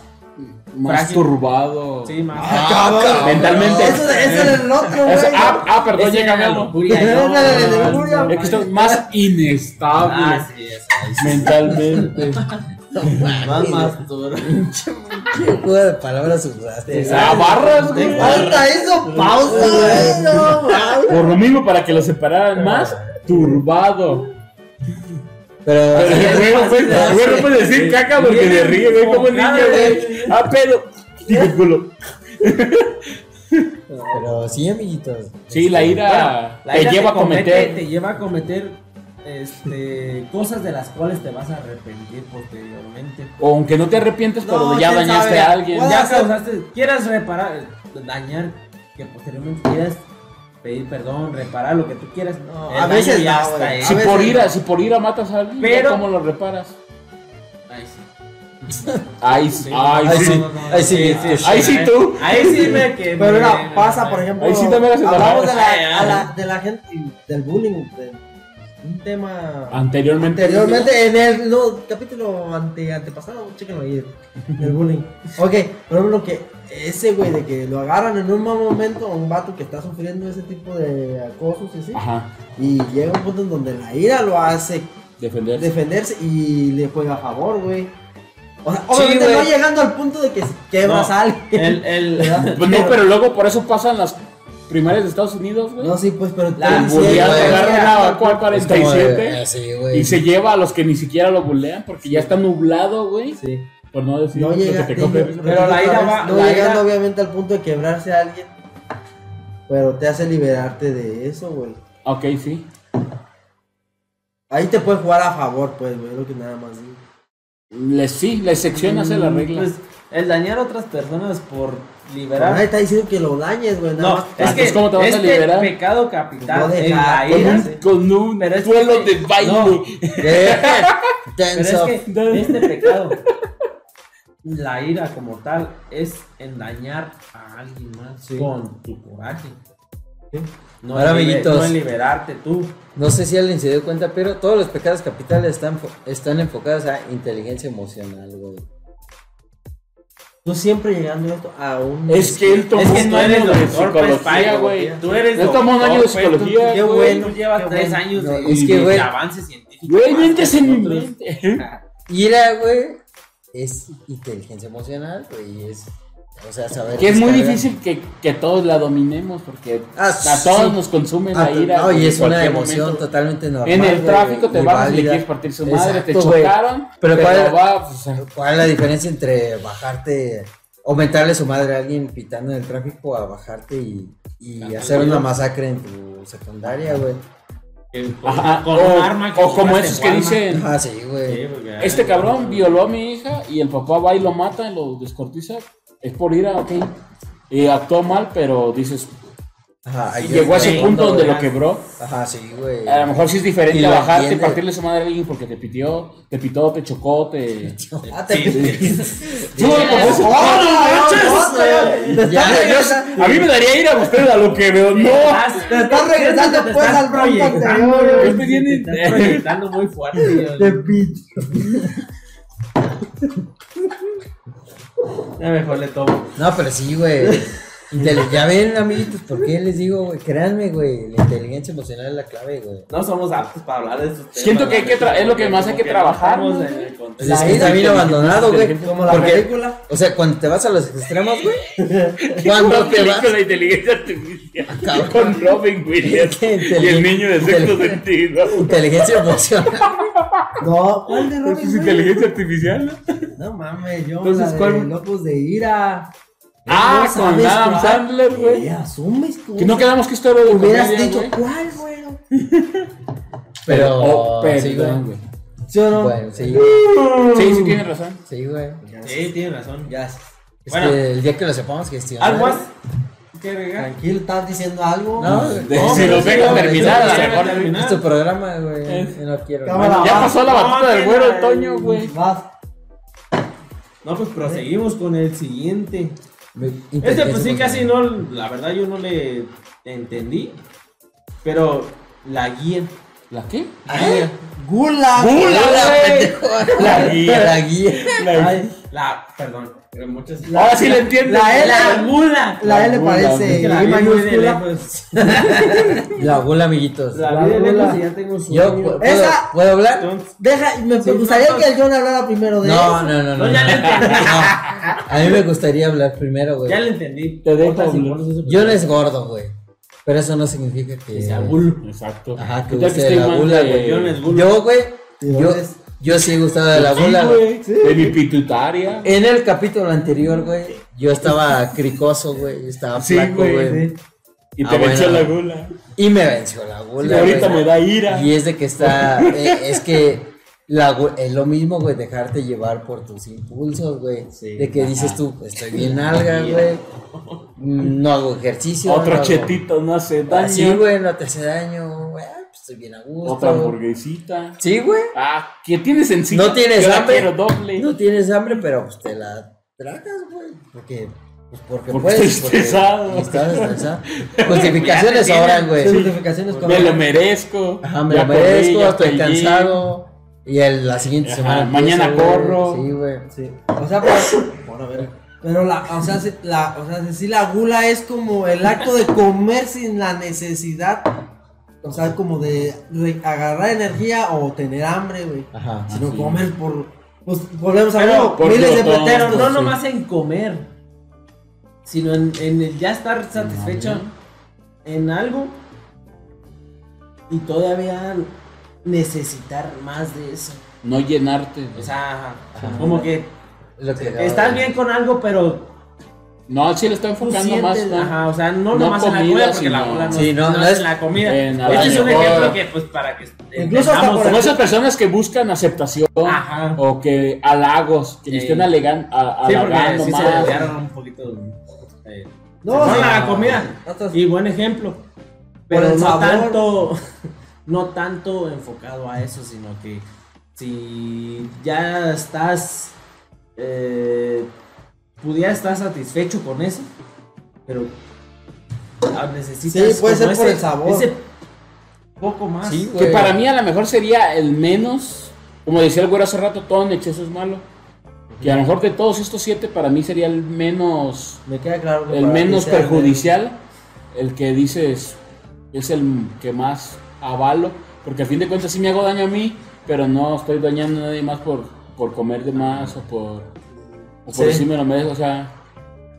más
Frágil.
turbado.
Sí, más.
Ah, cabrón.
mentalmente.
Eso, eso es el otro, güey.
Es- ah, ah, perdón,
Esa
llega
era la
Melo.
lujuria,
Esa
no,
era la
no,
lujuria,
no,
Es que
no.
estás más inestable
Ah, sí, es.
mentalmente.
Más masturba.
¿Qué juego de palabras usaste? güey?
ah, barras, güey.
Falta
eh,
eso, pausa, güey. No, mames.
Por lo mismo, para que lo separaran más, turbado.
Pero.
Pero el güey no puede- el güey no puede decir caca porque se ríe, güey, como niño, güey. Ah, pero. Digo, culo.
Pero sí, amiguitos.
Sí, la ira
La
te
ira
lleva a
comete-
cometer.
Te lleva a cometer este, cosas de las cuales te vas a arrepentir posteriormente.
O aunque no te arrepientes, pero
No,
ya
quién
dañaste
sabe.
a alguien.
Puede
Ya
ser.
causaste, quieras reparar, eh, dañar, que posteriormente quieras pedir perdón, reparar lo que tú quieras.
No,
El
a
daño
veces
ya
no,
está
güey.
hecho.
Si
A
por
veces
ira, si por ira matas a alguien,
Pero-
¿cómo lo reparas?
Ahí sí.
Ay, sí. Ay,
Ahí
sí.
sí, ahí sí,
Ahí sí tú.
Ahí sí me que
Pero
me- eh,
mira, pasa, por ejemplo.
Ahí sí también las
hablamos
enojadas.
de
Ay,
la,
ay.
a la- de la gente, del bullying, de- un tema
Anteriormente.
anteriormente en el no, capítulo ante, antepasado, chéquenlo ahí, el, el bullying. Ok, por ejemplo, que ese güey de que lo agarran en un mal momento a un vato que está sufriendo ese tipo de acosos y así,
Ajá.
y llega un punto en donde la ira lo hace
Defenderse.
defenderse y le juega a favor, güey. O sea, obviamente
güey.
no llegando al punto de que quemas
No,
a alguien.
El, el,
¿verdad?
Pues no, pero luego por eso pasan las primarias de Estados Unidos, güey.
No, sí, pues, pero...
La
te- sí,
Bullean,
güey.
agarra una AK
Es como de-
47
ah, sí,
y
güey.
se lleva a los que ni siquiera lo bulean porque ya está nublado, güey.
Sí.
Por no decir
No
lo
llega,
que te
digo,
copia.
Pero la ira va-
no
la
llegando
ira-
obviamente al punto de quebrarse a alguien, pero te hace liberarte de eso, güey.
Ok, sí.
Ahí te puedes jugar a favor, pues, güey, lo que nada más digo.
Les, sí, les seccionas la regla.
pues, el dañar a otras personas por
Pero
liberar.
Nadie está diciendo que lo dañes, güey, nada
No,
más. Pues,
es que
Entonces, ¿cómo te vas a
este
liberar?
pecado capital
No
es
dejar,
la
con
ira.
un, con un
Pero es que-
duelo de baile.
No. Pero
Dance
es
off.
que este pecado, la ira como tal, es endañar a alguien más
Sí.
con tu coraje.
Sí.
No,
Ahora,
en libe-
amiguitos.
no en liberarte tú.
No sé si alguien se dio cuenta, pero todos los pecados capitales están, fo- están enfocados a inteligencia emocional, güey.
Tú siempre llegando esto a un...
Es que él tomó
Es que
un
no
año
eres
de
doctor, pues,
psicología,
Payo,
güey.
Tú eres
Él tomó un
doctor,
año de
pues, tú-
psicología,
qué
güey.
bueno.
Tú llevas
Qué
tres
bueno.
años
No,
de,
es que,
de
güey,
avance científico.
Güey,
más
mientes
que
en mi
nosotros.
mente.
Ira, güey, es inteligencia emocional, güey, y es, o sea, saber...
Que es muy
descargar.
difícil que, que todos la dominemos porque
Ah,
a todos
sí.
nos consume
Ah,
la ira.
no, y
güey,
es
en
una
cualquier
emoción
momento.
totalmente normal,
En el
güey,
tráfico
y
te bajas y le
válida.
quieres partir su madre, te
Exacto, güey.
chocaron.
Pero ¿cuál-
va, pues, a-
¿Cuál es la diferencia entre bajarte, aumentarle su madre a alguien pitando en el tráfico a bajarte y, y
Tanto
hacer
ruido.
una masacre en tu secundaria, güey?
ajá,
Con
o,
un arma que
o como
compraste
esos
en
que
Walmart.
dicen,
Ah, sí,
Sí,
güey.
porque, ay,
este
no.
cabrón violó a mi hija y el papá va y lo mata y lo descortiza. Es por ira, ok. Y actuó mal, pero dices,
Ajá, ahí
llegó a
está
ese
el
punto
fondo,
donde
güey.
lo quebró.
Ajá, sí, güey.
A lo mejor sí es
Y
diferente
lo
bajarte,
entiende.
partirle su madre a alguien porque te pitió, te pitó, te chocó, te.
Ah, te-
Sí, güey, porque es- ¡Oh, no manches! Ya, yo- a mí me daría ira a usted a lo que veo. No,
Te estás regresando, pues, al
estás
bronco
proyectando,
anterior,
güey,
güey.
te estás proyectando muy fuerte.
De
güey.
pinche.
Ya mejor le tomo.
No, pero sí, güey. Inteli- ya ven, amiguitos, ¿por qué les digo, güey? Créanme, güey, la inteligencia emocional es la clave, güey.
No somos aptos para hablar de estos temas.
Siento que hay que tra- es lo que
porque
más hay
como
que trabajar,
no
¿no?
estamos en el contexto.
La ira vino abandonado, güey.
Como la
Porque-
película.
O sea, cuando te vas a los extremos, güey. Cuando te vas. Ah,
película de inteligencia artificial
Cabrón.
con Robin Williams
Qué
y el niño de sexto
inteligente.
sentido.
Inteligencia emocional.
No, ¿cuál de Robin,
¿Es
güey?
inteligencia artificial?
No mames, yo
Entonces,
la de
¿cuál?
Locos de Ira.
Ah,
No
con
sabes
Adam
cuál.
Sandler, güey.
Eh, asumes tú.
Que no quedamos que esto era de
Hubieras
comedia,
dicho
güey.
cuál, güey.
Pero.
Oh,
sí,
perdón,
güey.
güey.
¿Sí o no?
Bueno, sí,
Sí, sí, tienes razón.
sí, güey.
Sí, tiene razón.
Gracias.
Es
Bueno.
que el día que lo sepamos gestionar.
Aguas. ¿Qué regalar?
Tranquilo, estás diciendo algo. Pues,
No,
De-
no,
si
pero
los
sí,
dejan
güey,
terminar, a lo mejor.
Es tu programa, güey. Yo No quiero.
Cámara.
Bueno,
Ya pasó la
No,
batalla del
que
güero,
la-
Toño, güey.
Vas.
No, pues proseguimos con el siguiente. Este,
inteligencia
pues sí,
emocional.
casi no. La verdad, yo no le entendí. Pero la guía.
¿La qué?
La guía.
Gula.
¡Gula, güey!
La guía. La guía.
Ay, la. Perdón. pero muchas.
Ahora sí le entiendo.
La L.
La gula.
La L
Gula,
parece
Es que la
I
vi muy de
mayúscula.
lejos.
La gula, amiguitos.
La vi de
gula.
lejos y ya tengo sueño.
Yo pues, pu- puedo,
Esa-
¿puedo hablar.
Entonces,
Deja, me
Sí,
gustaría
no, no.
que el John hablara primero de
No,
eso.
no, no, no.
No, ya le entendí.
No. A mí me gustaría hablar primero, güey.
Ya le entendí.
Te dejo
Otras
hablar.
iguales, eso,
Yo no es gordo, güey. Pero eso no significa que.
Que sea bulo.
Exacto.
Ajá, que
Ya
guste
estoy
la
mal
gula,
de-
güey.
Yo no es bulo.
Yo, güey. Yo,
Tirones.
yo sí he gustado de la
Sí,
gula, güey. Ah,
güey. De mi pitutaria.
En el capítulo anterior, güey, yo estaba cricoso, güey. Estaba
Sí,
flaco,
güey,
güey.
Y
Ah,
te venció
bueno.
la gula.
Y me venció la
Y
gula.
ahorita
güey.
me da ira.
Y es de que está. eh, es que la gu- es lo mismo, güey, dejarte llevar por tus impulsos, güey.
Sí.
de que dices tú, estoy bien alga, güey. mm, No hago ejercicio. no
Otro
hago-
chetito no hace daño.
Así, güey, no te hace daño, güey. ah, pues, Estoy bien a gusto.
Otra hamburguesita.
Sí, güey.
Ah, que tienes encima.
No tienes
Yo la
hambre.
quiero doble.
No tienes hambre, pero pues te la tragas, güey. Porque Pues porque,
Porque
puedes.
estoy estresado.
porque estás estresado. Justificaciones ahora, güey.
Sus notificaciones
Me
cuando-
lo merezco.
Ajá, me
Ya
lo
corrí,
merezco,
ya
estoy
peleé.
cansado. Y el- la siguiente
Ajá,
semana.
mañana
güey.
corro.
Sí, güey.
Sí. O sea, pero, bueno, a ver, pero la, o sea, si- la, o sea, si la gula es como el acto de comer sin la necesidad, o sea, como de re- agarrar energía o tener hambre, güey.
Ajá.
Si no
sí.
comer por, pues volvemos a
Pero
ver,
por
miles de
glotón,
Pero
pretextos.
no
sí.
nomás en comer, sino en, en el ya estar satisfecho en algo y todavía necesitar más de eso.
No llenarte.
O sea,
Ajá.
como que
Es lo que
estás bien con algo, pero
No, sí lo está
tú
enfocando
sientes,
más. ¿no?
ajá, o sea, no,
No
nomás en la
comida,
comida, porque la
sino-
bola no,
Sí, no,
no
no
es
es-
en la comida.
en
este es un
algo.
ejemplo que, pues, para que
Incluso hasta
entendamos-
por
Como esas personas que buscan aceptación
Ajá.
o que halagos, que le
Sí.
estén alegan, a-
Sí,
halagando
porque sí se
más.
desviaron un poquito. eh,
No,
Se
o
fueron
sea,
a la comida.
hasta-
Y buen ejemplo.
Por
Pero
el
no
sabor.
tanto, no tanto enfocado a eso, sino que si ya estás, eh, pudiera estar satisfecho con eso, pero ah, necesitas
Sí, puede ser
como
por el sabor.
ese poco más.
Sí,
Que
güey.
para mí a lo mejor sería el menos, como decía el güero hace rato, todo en exceso es malo. Que a lo mejor de todos estos siete, para mí sería el menos,
Me queda claro que
el
para ti
menos
sea el
perjudicial, el que dices es el que más avalo, porque a fin de cuentas sí me hago daño a mí, pero no estoy dañando a nadie más por, por comer de más o por, o por
Sí.
decirme lo merezco, o sea,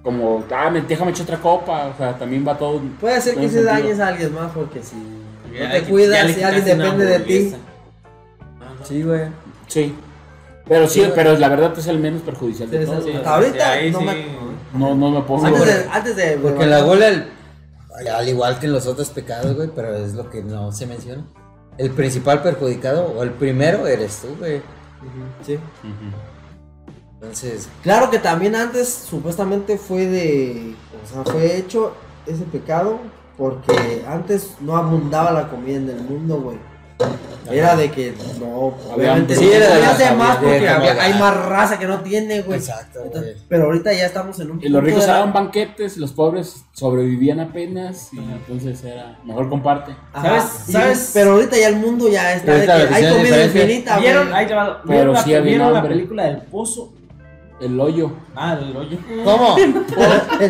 como, ah, me, déjame echar otra copa, o sea, también va todo.
Puede ser que
todo
se
sentido.
dañes a alguien más porque si no
Ya
te
le- ya
cuidas,
le
si alguien
quitaste una
depende de ti.
hamburguesa. Ajá.
Sí, güey.
Sí. Pero sí,
Sí, güey.
pero la verdad es el menos perjudicial de
Sí,
todos.
sí,
güey.
Hasta pues ahorita
ahí
no
sí.
me-
No, no me pongo.
Antes de, antes de
Porque la gula, el- al igual que los otros pecados, güey, pero es lo que no se menciona. El principal perjudicado o el primero eres tú, güey.
Ujú, sí.
Ujú.
Entonces,
Claro que también antes supuestamente fue de. O sea, fue hecho ese pecado porque antes no abundaba la comida en el mundo, güey. Era de que no, obviamente.
hambre.
Sí, era de
las
hace más
había-
porque
había
había-
comida.
hay más raza que no tiene, güey.
exacto,
Entonces,
güey.
pero ahorita ya estamos en un.
Y los
punto
ricos
de la-
daban banquetes, los pobres sobrevivían apenas. Y entonces era. Mejor comparte.
Ajá,
¿Sabes?
sí,
¿Sabes?
Pero ahorita ya el mundo ya está. de
Ahorita
que
la
hay
visión es
comida
diferente.
infinita, güey.
¿Vieron, ahí te va-
Pero
¿vieron la,
sí había
vieron la
hambre.
película del pozo?
El hoyo.
Ah, el hoyo.
¿Cómo?
El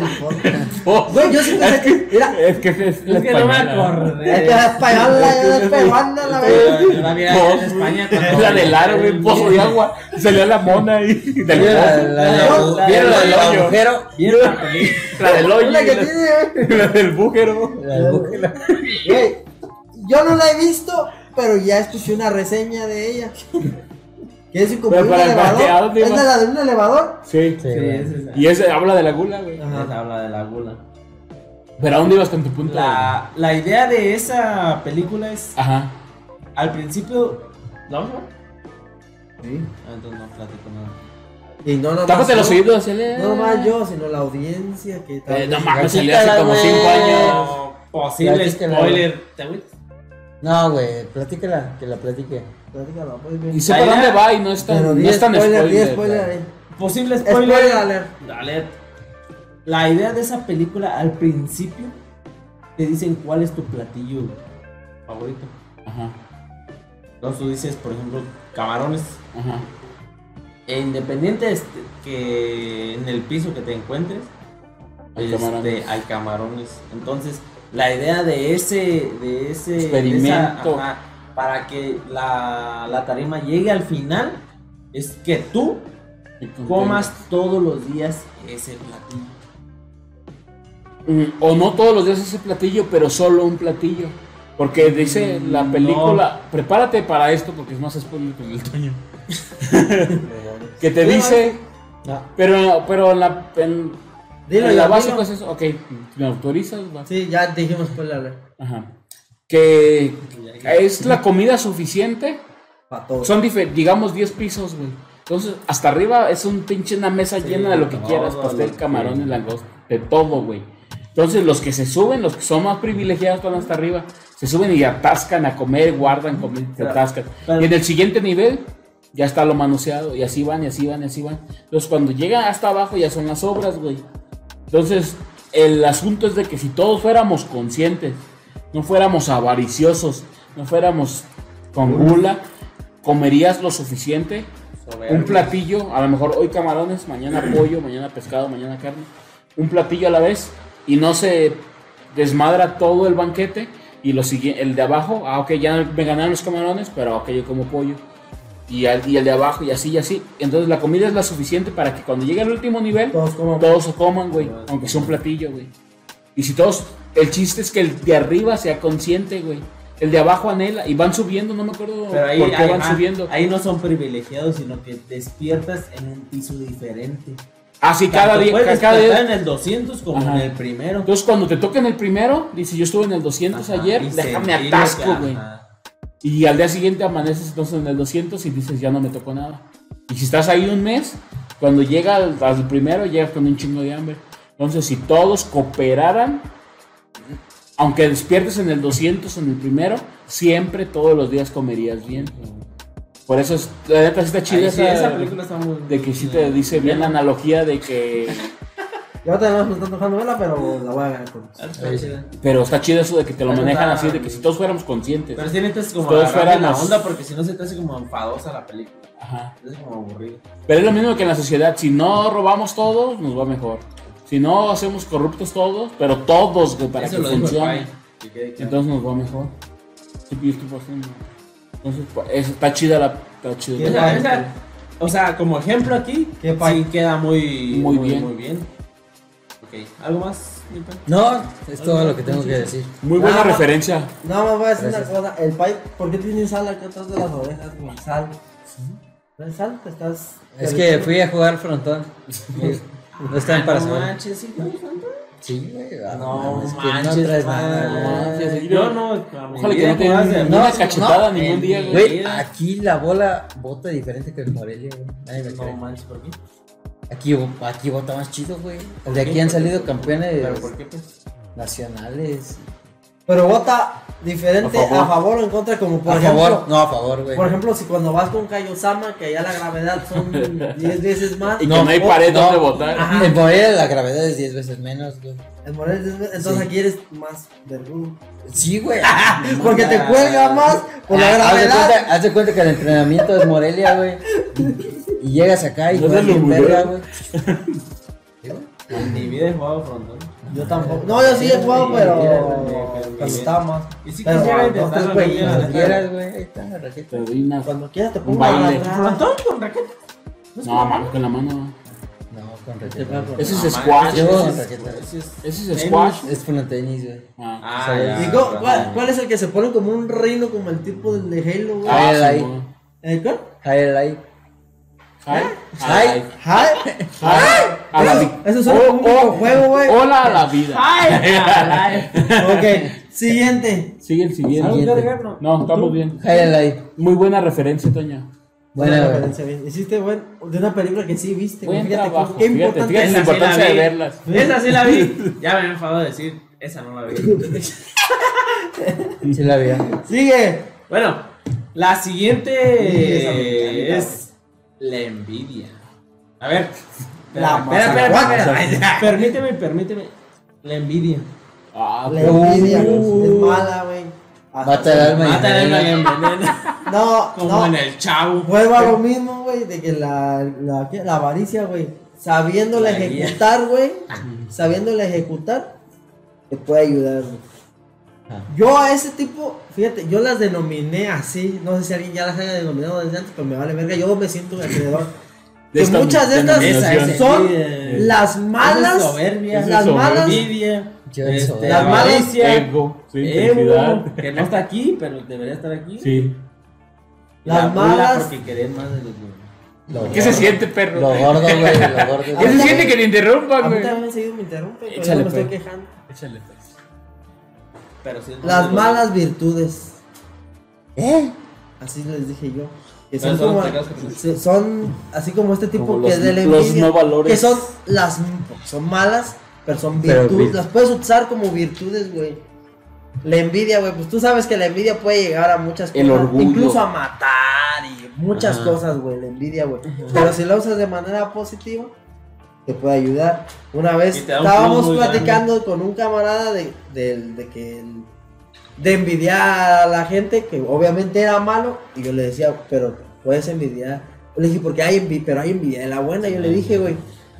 podcast.
Oh,
Güey, yo siempre sé que. Mira,
Es que es, la
Es que no me
española.
acordé.
esta es española, esta es peruana, la verdad.
Yo la vi allá en
Pozo.
España
Es la del árabe, pozo de agua. Salió la mona ahí. Del
¿Vieron la,
pozo.
la- la-
No,
la
¿vieron la
del
del
hoyo.
agujero?
Vieron la película.
La del hoyo.
Es la
y
que
la-
tiene, güey.
La del bújero.
La del agujero.
Güey, yo no la he visto, pero ya escuché una reseña de ella. Que es como
Pero
un
para el
elevador.
parqueado,
¿Es
digo.
la de un elevador?
Sí.
Sí, güey.
Y ese habla de la gula, güey.
Ajá.
habla de la gula.
Pero ¿a dónde ibas con tu punto?
La, la idea de esa película es,
Ajá.
al principio... ¿No? no?
Sí.
Ah, Entonces no platico nada.
Y no nomás.
Tápate los
yo,
oídos, Celia.
No nomás yo, sino la audiencia que tal
Eh, no
vez-
mames, salió
Quítala,
hace como
güey.
5 años.
No, posible
Platícala.
spoiler. ¿Te agüitas?
No, güey, platícala, que la platique.
Platícala, pues, güey.
Y sé para
Ahí
dónde
va.
va y no es tan,
Pero
no
di
es tan
spoiler, di
spoiler.
spoiler,
güey.
eh.
Posible spoiler.
Spoiler alert.
Dale. La idea de esa película al principio te dicen cuál es tu platillo favorito.
Ajá,
Entonces tú dices, por ejemplo, camarones.
ajá.
E independiente este, que en el piso que te encuentres,
Hay
este,
camarones.
hay camarones. Entonces, la idea de ese, de ese de esa-
Experimento.
ajá, para que la, la tarima llegue al final es que tú
Y con-
comas todos los días ese platillo.
Mm, O no todos los días ese platillo, pero solo un platillo. Porque dice
Mm,
la película, prepárate para esto porque es más spoiler que el Toño. que te
Sí,
dice,
No.
pero, pero la, en,
Ah. Dilo,
en la pues.
ya,
básica
dilo.
es eso. Ok, ¿me autorizas? Va.
Sí, ya dijimos spoiler alert.
Ajá. Que es la comida suficiente
Para todos.
Son, dife- digamos, 10 pisos, güey. Entonces, hasta arriba es un pinche una mesa llena de lo que
todo
quieras,
lo
pastel,
que-
camarones, langosta, de todo, güey. Entonces, los que se suben, los que son más privilegiados van hasta arriba, se suben y atascan a comer, guardan comer, se
Pero-
atascan.
pero-
Y en el siguiente nivel ya está lo manoseado, y así van, y así van, y así van. Entonces, cuando llega hasta abajo ya son las obras, güey. Entonces, el asunto es de que si todos fuéramos conscientes, no fuéramos avariciosos, no fuéramos con gula, comerías lo suficiente, un platillo, a lo mejor hoy camarones, mañana pollo, mañana pescado, mañana carne, un platillo a la vez y no se desmadra todo el banquete y lo sigue, el de abajo, ah, ok, ya me ganaron los camarones, pero ok, yo como pollo. Y, al- y el de abajo, y así, y así. Entonces la comida es la suficiente para que cuando llegue al último nivel,
Todos como
todos se coman, güey. Aunque sea un platillo, güey. Y si todos. El chiste es que el de arriba sea consciente, güey. El de abajo anhela. Y van subiendo, no me acuerdo
Pero ahí,
por qué
ahí-
van
ah,
subiendo.
ahí no son privilegiados, sino que despiertas en un piso diferente.
Así Ah, cada
Tanto
día.
puedes
ca- Cada
despertar
día.
en el 200 como
Ajá.
en el primero.
Entonces cuando te toca en el primero, dice yo estuve en el 200
Ajá,
ayer,
y
déjame
sentir lo
atasco,
que-
güey.
ajá.
Y al día siguiente amaneces entonces en el 200 y dices ya no me tocó nada. Y si estás ahí un mes, cuando llega al, al primero, llegas con un chingo de hambre. Entonces, si todos cooperaran, aunque despiertes en el 200 en el primero, siempre todos los días comerías bien. Por eso, es, la neta sí está chida
Ahí sí,
esa-
esa película está muy
de que sí te dice bien la analogía de que...
Ya ahorita no me está tocando verla, pero la voy a ver con
Está chida.
Pero está chido eso de que te lo
Pero
manejan
está-
así, de que si todos fuéramos conscientes.
Pero si necesitas como
Todos
agarrarle la
fuéramos-
onda porque si no se te hace como enfadosa la película.
Ajá.
Es como aburrido.
Pero es lo mismo que en la sociedad. Si no robamos todos, nos va mejor. Si no hacemos corruptos todos, pero todos güey, para
Eso
que
lo dijo el
funcione,
Pai, que quede claro.
entonces nos va mejor. Sí, pues, estoy pasando. Entonces, pues, es- está chida la. Está chida
O
la-
sea, esa- o sea, como ejemplo aquí,
Qué Pai.
sí queda muy,
Muy bien.
muy bien. Ok, ¿algo más? mi Pai?
No, es todo lo que tengo que decir.
Muy buena
Nada más-
referencia.
Nada más voy a decir una
Gracias.
cosa. El pai, ¿por qué tiene sal acá atrás de las orejas, güey? Sal. ¿No es sal? Te estás.
Es que fui a jugar frontón. No están para
Ah, no
saber.
manches, sí, güey, tanto.
Sí, güey. ah,
No
mames, que
manches,
no traes
pa.
nada, güey.
manches.
Yo no,
Ojalá que no te den
No,
ninguna
no,
cachetada
no,
ningún día, güey.
Güey, aquí la bola bota diferente que el Morelia, güey. Nadie me cree.
No manches, ¿por qué?
Aquí, aquí bota más chido, güey. De aquí han salido campeones
¿Pero por qué? Pues?
nacionales.
Pero vota diferente
A favor.
a favor o en contra, como por
a
ejemplo.
favor, no, a favor, güey.
Por ejemplo, si cuando vas con Kaiosama, que allá la gravedad son 10 veces más.
Y que no hay
o-
pared
no.
donde votar.
Ajá.
En Morelia la gravedad es 10 veces menos, güey.
en Morelia, entonces
Sí.
aquí eres más verdugo.
Sí, güey.
Porque te cuelga más por la
Ah, haz de
gravedad.
cuenta- Haz de cuenta que el entrenamiento es Morelia, güey. Y llegas acá y
No
juegas
seas
bien
lujuroso.
verga, güey. Sí, güey.
Ni vida he jugado frontón.
Yo tampoco. No, yo sí he jugado, pero. Cuando estaba más.
Y si
Pero
quisiera
no,
intentarlo,
entonces, güey,
no,
Cuando
no, no.
quieras, güey. Ahí está la raqueta.
Te doy una-
Cuando quieras te
Un
pongo
baile.
atrás.
¿Frontón con raqueta?
No, mano, con la mano.
No, con raqueta. güey.
Ese
No,
es
Ah, man,
squash. Ah.
yo-
ese es-
Ese es-
Ese es squash.
Es frontenis, güey.
Ah,
Ah,
¿sabes?
ya.
¿Y
ajá.
cómo- cuál, cuál es el que se pone como un reino como el tipo del de Halo, güey?
Ah.
sí,
ahí.
güey.
¿El cuál?
Highlight.
Ay,
Ay.
ay.
¡Hi!
Ay, Ah, a la vida.
Eso suena como un videojuego, güey.
Hola a la vida.
Ok, siguiente.
Sigue el
¿Algo
siguiente.
que agregar? No.
No, estamos bien.
Highlight.
Muy buena referencia, Toño.
Buena
Buena, güey.
referencia, bien. Hiciste buen, de una película que sí viste, güey.
Buen
Fíjate cómo-
trabajo.
qué
Fíjate,
importante
fíjate
es.
la
Esa sí
importancia
la
de
vi.
verlas.
Esa sí la vi. Ya me he enfadado de decir, esa no la vi.
Sí la había.
Sigue.
Bueno,
Sí,
la
esa
siguiente
me encanta,
es la envidia. A ver.
La
espera, espera,
mazacuata.
espera, espera. Permíteme, permíteme. La envidia.
Ah,
La
pero-
envidia
Uh.
es mala, güey. Hasta-
Mata el alma y
Mátale la
envenena.
envenena.
No,
Como
no.
en el chavo.
Vuelvo a lo mismo, güey, de que la, la, ¿qué? la avaricia, güey, sabiéndola
La guía.
ejecutar, güey, sabiéndola ejecutar, te puede ayudar, güey.
Ah.
Yo a ese tipo, fíjate, yo las denominé así, no sé si alguien ya las haya denominado desde antes, pero me vale verga, yo me siento alrededor.
De
que
esta
muchas de estas
denominación.
Esa, esa.
son
Sí,
las
Esa es
malas,
soberbia,
las
esa es soberbia.
malas,
envidia.
Yo en
este,
soberbia.
Las malas-
avaricia,
Ego, sí, intensidad.
Evo, que no está aquí, pero debería estar aquí.
Sí.
Y la
Las
burla
malas-
Porque querés más de los demás.
Lo
¿Qué se
gordo.
siente, perro?
Lo gordo, güey. Lo gordo.
¿Qué
¿Qué
se
se
güey.
siente
siente que te
a
interrumpan,
mí
güey?
también seguido me interrumpe, pero ya
Échale,
no me estoy
pues.
quejando.
Échale, pues.
Pero sí es más de
Las
los-
malas virtudes.
¿Eh?
Así les dije yo. Que
Pero
son,
son
como,
pecados capitales.
se- son así como este tipo
Como
que
los-
es de la
los
envidia,
no valores.
Que son las son malas, pero son
Pero
virtudes.
vir-
Las puedes usar como virtudes, güey. La envidia, güey, pues tú sabes que la envidia puede llegar a muchas cosas.
El orgullo.
Incluso a matar y muchas
Ajá.
cosas, güey, la envidia, güey. Pero si la usas de manera positiva, te puede ayudar. Una vez
Y te da un
estábamos
plus muy
platicando con un camarada de, del- de que el- de envidiar a la gente, que obviamente era malo, y yo le decía, pero puedes envidiar. Le dije, porque hay envidia, pero hay envidia de la buena, yo le dije, güey.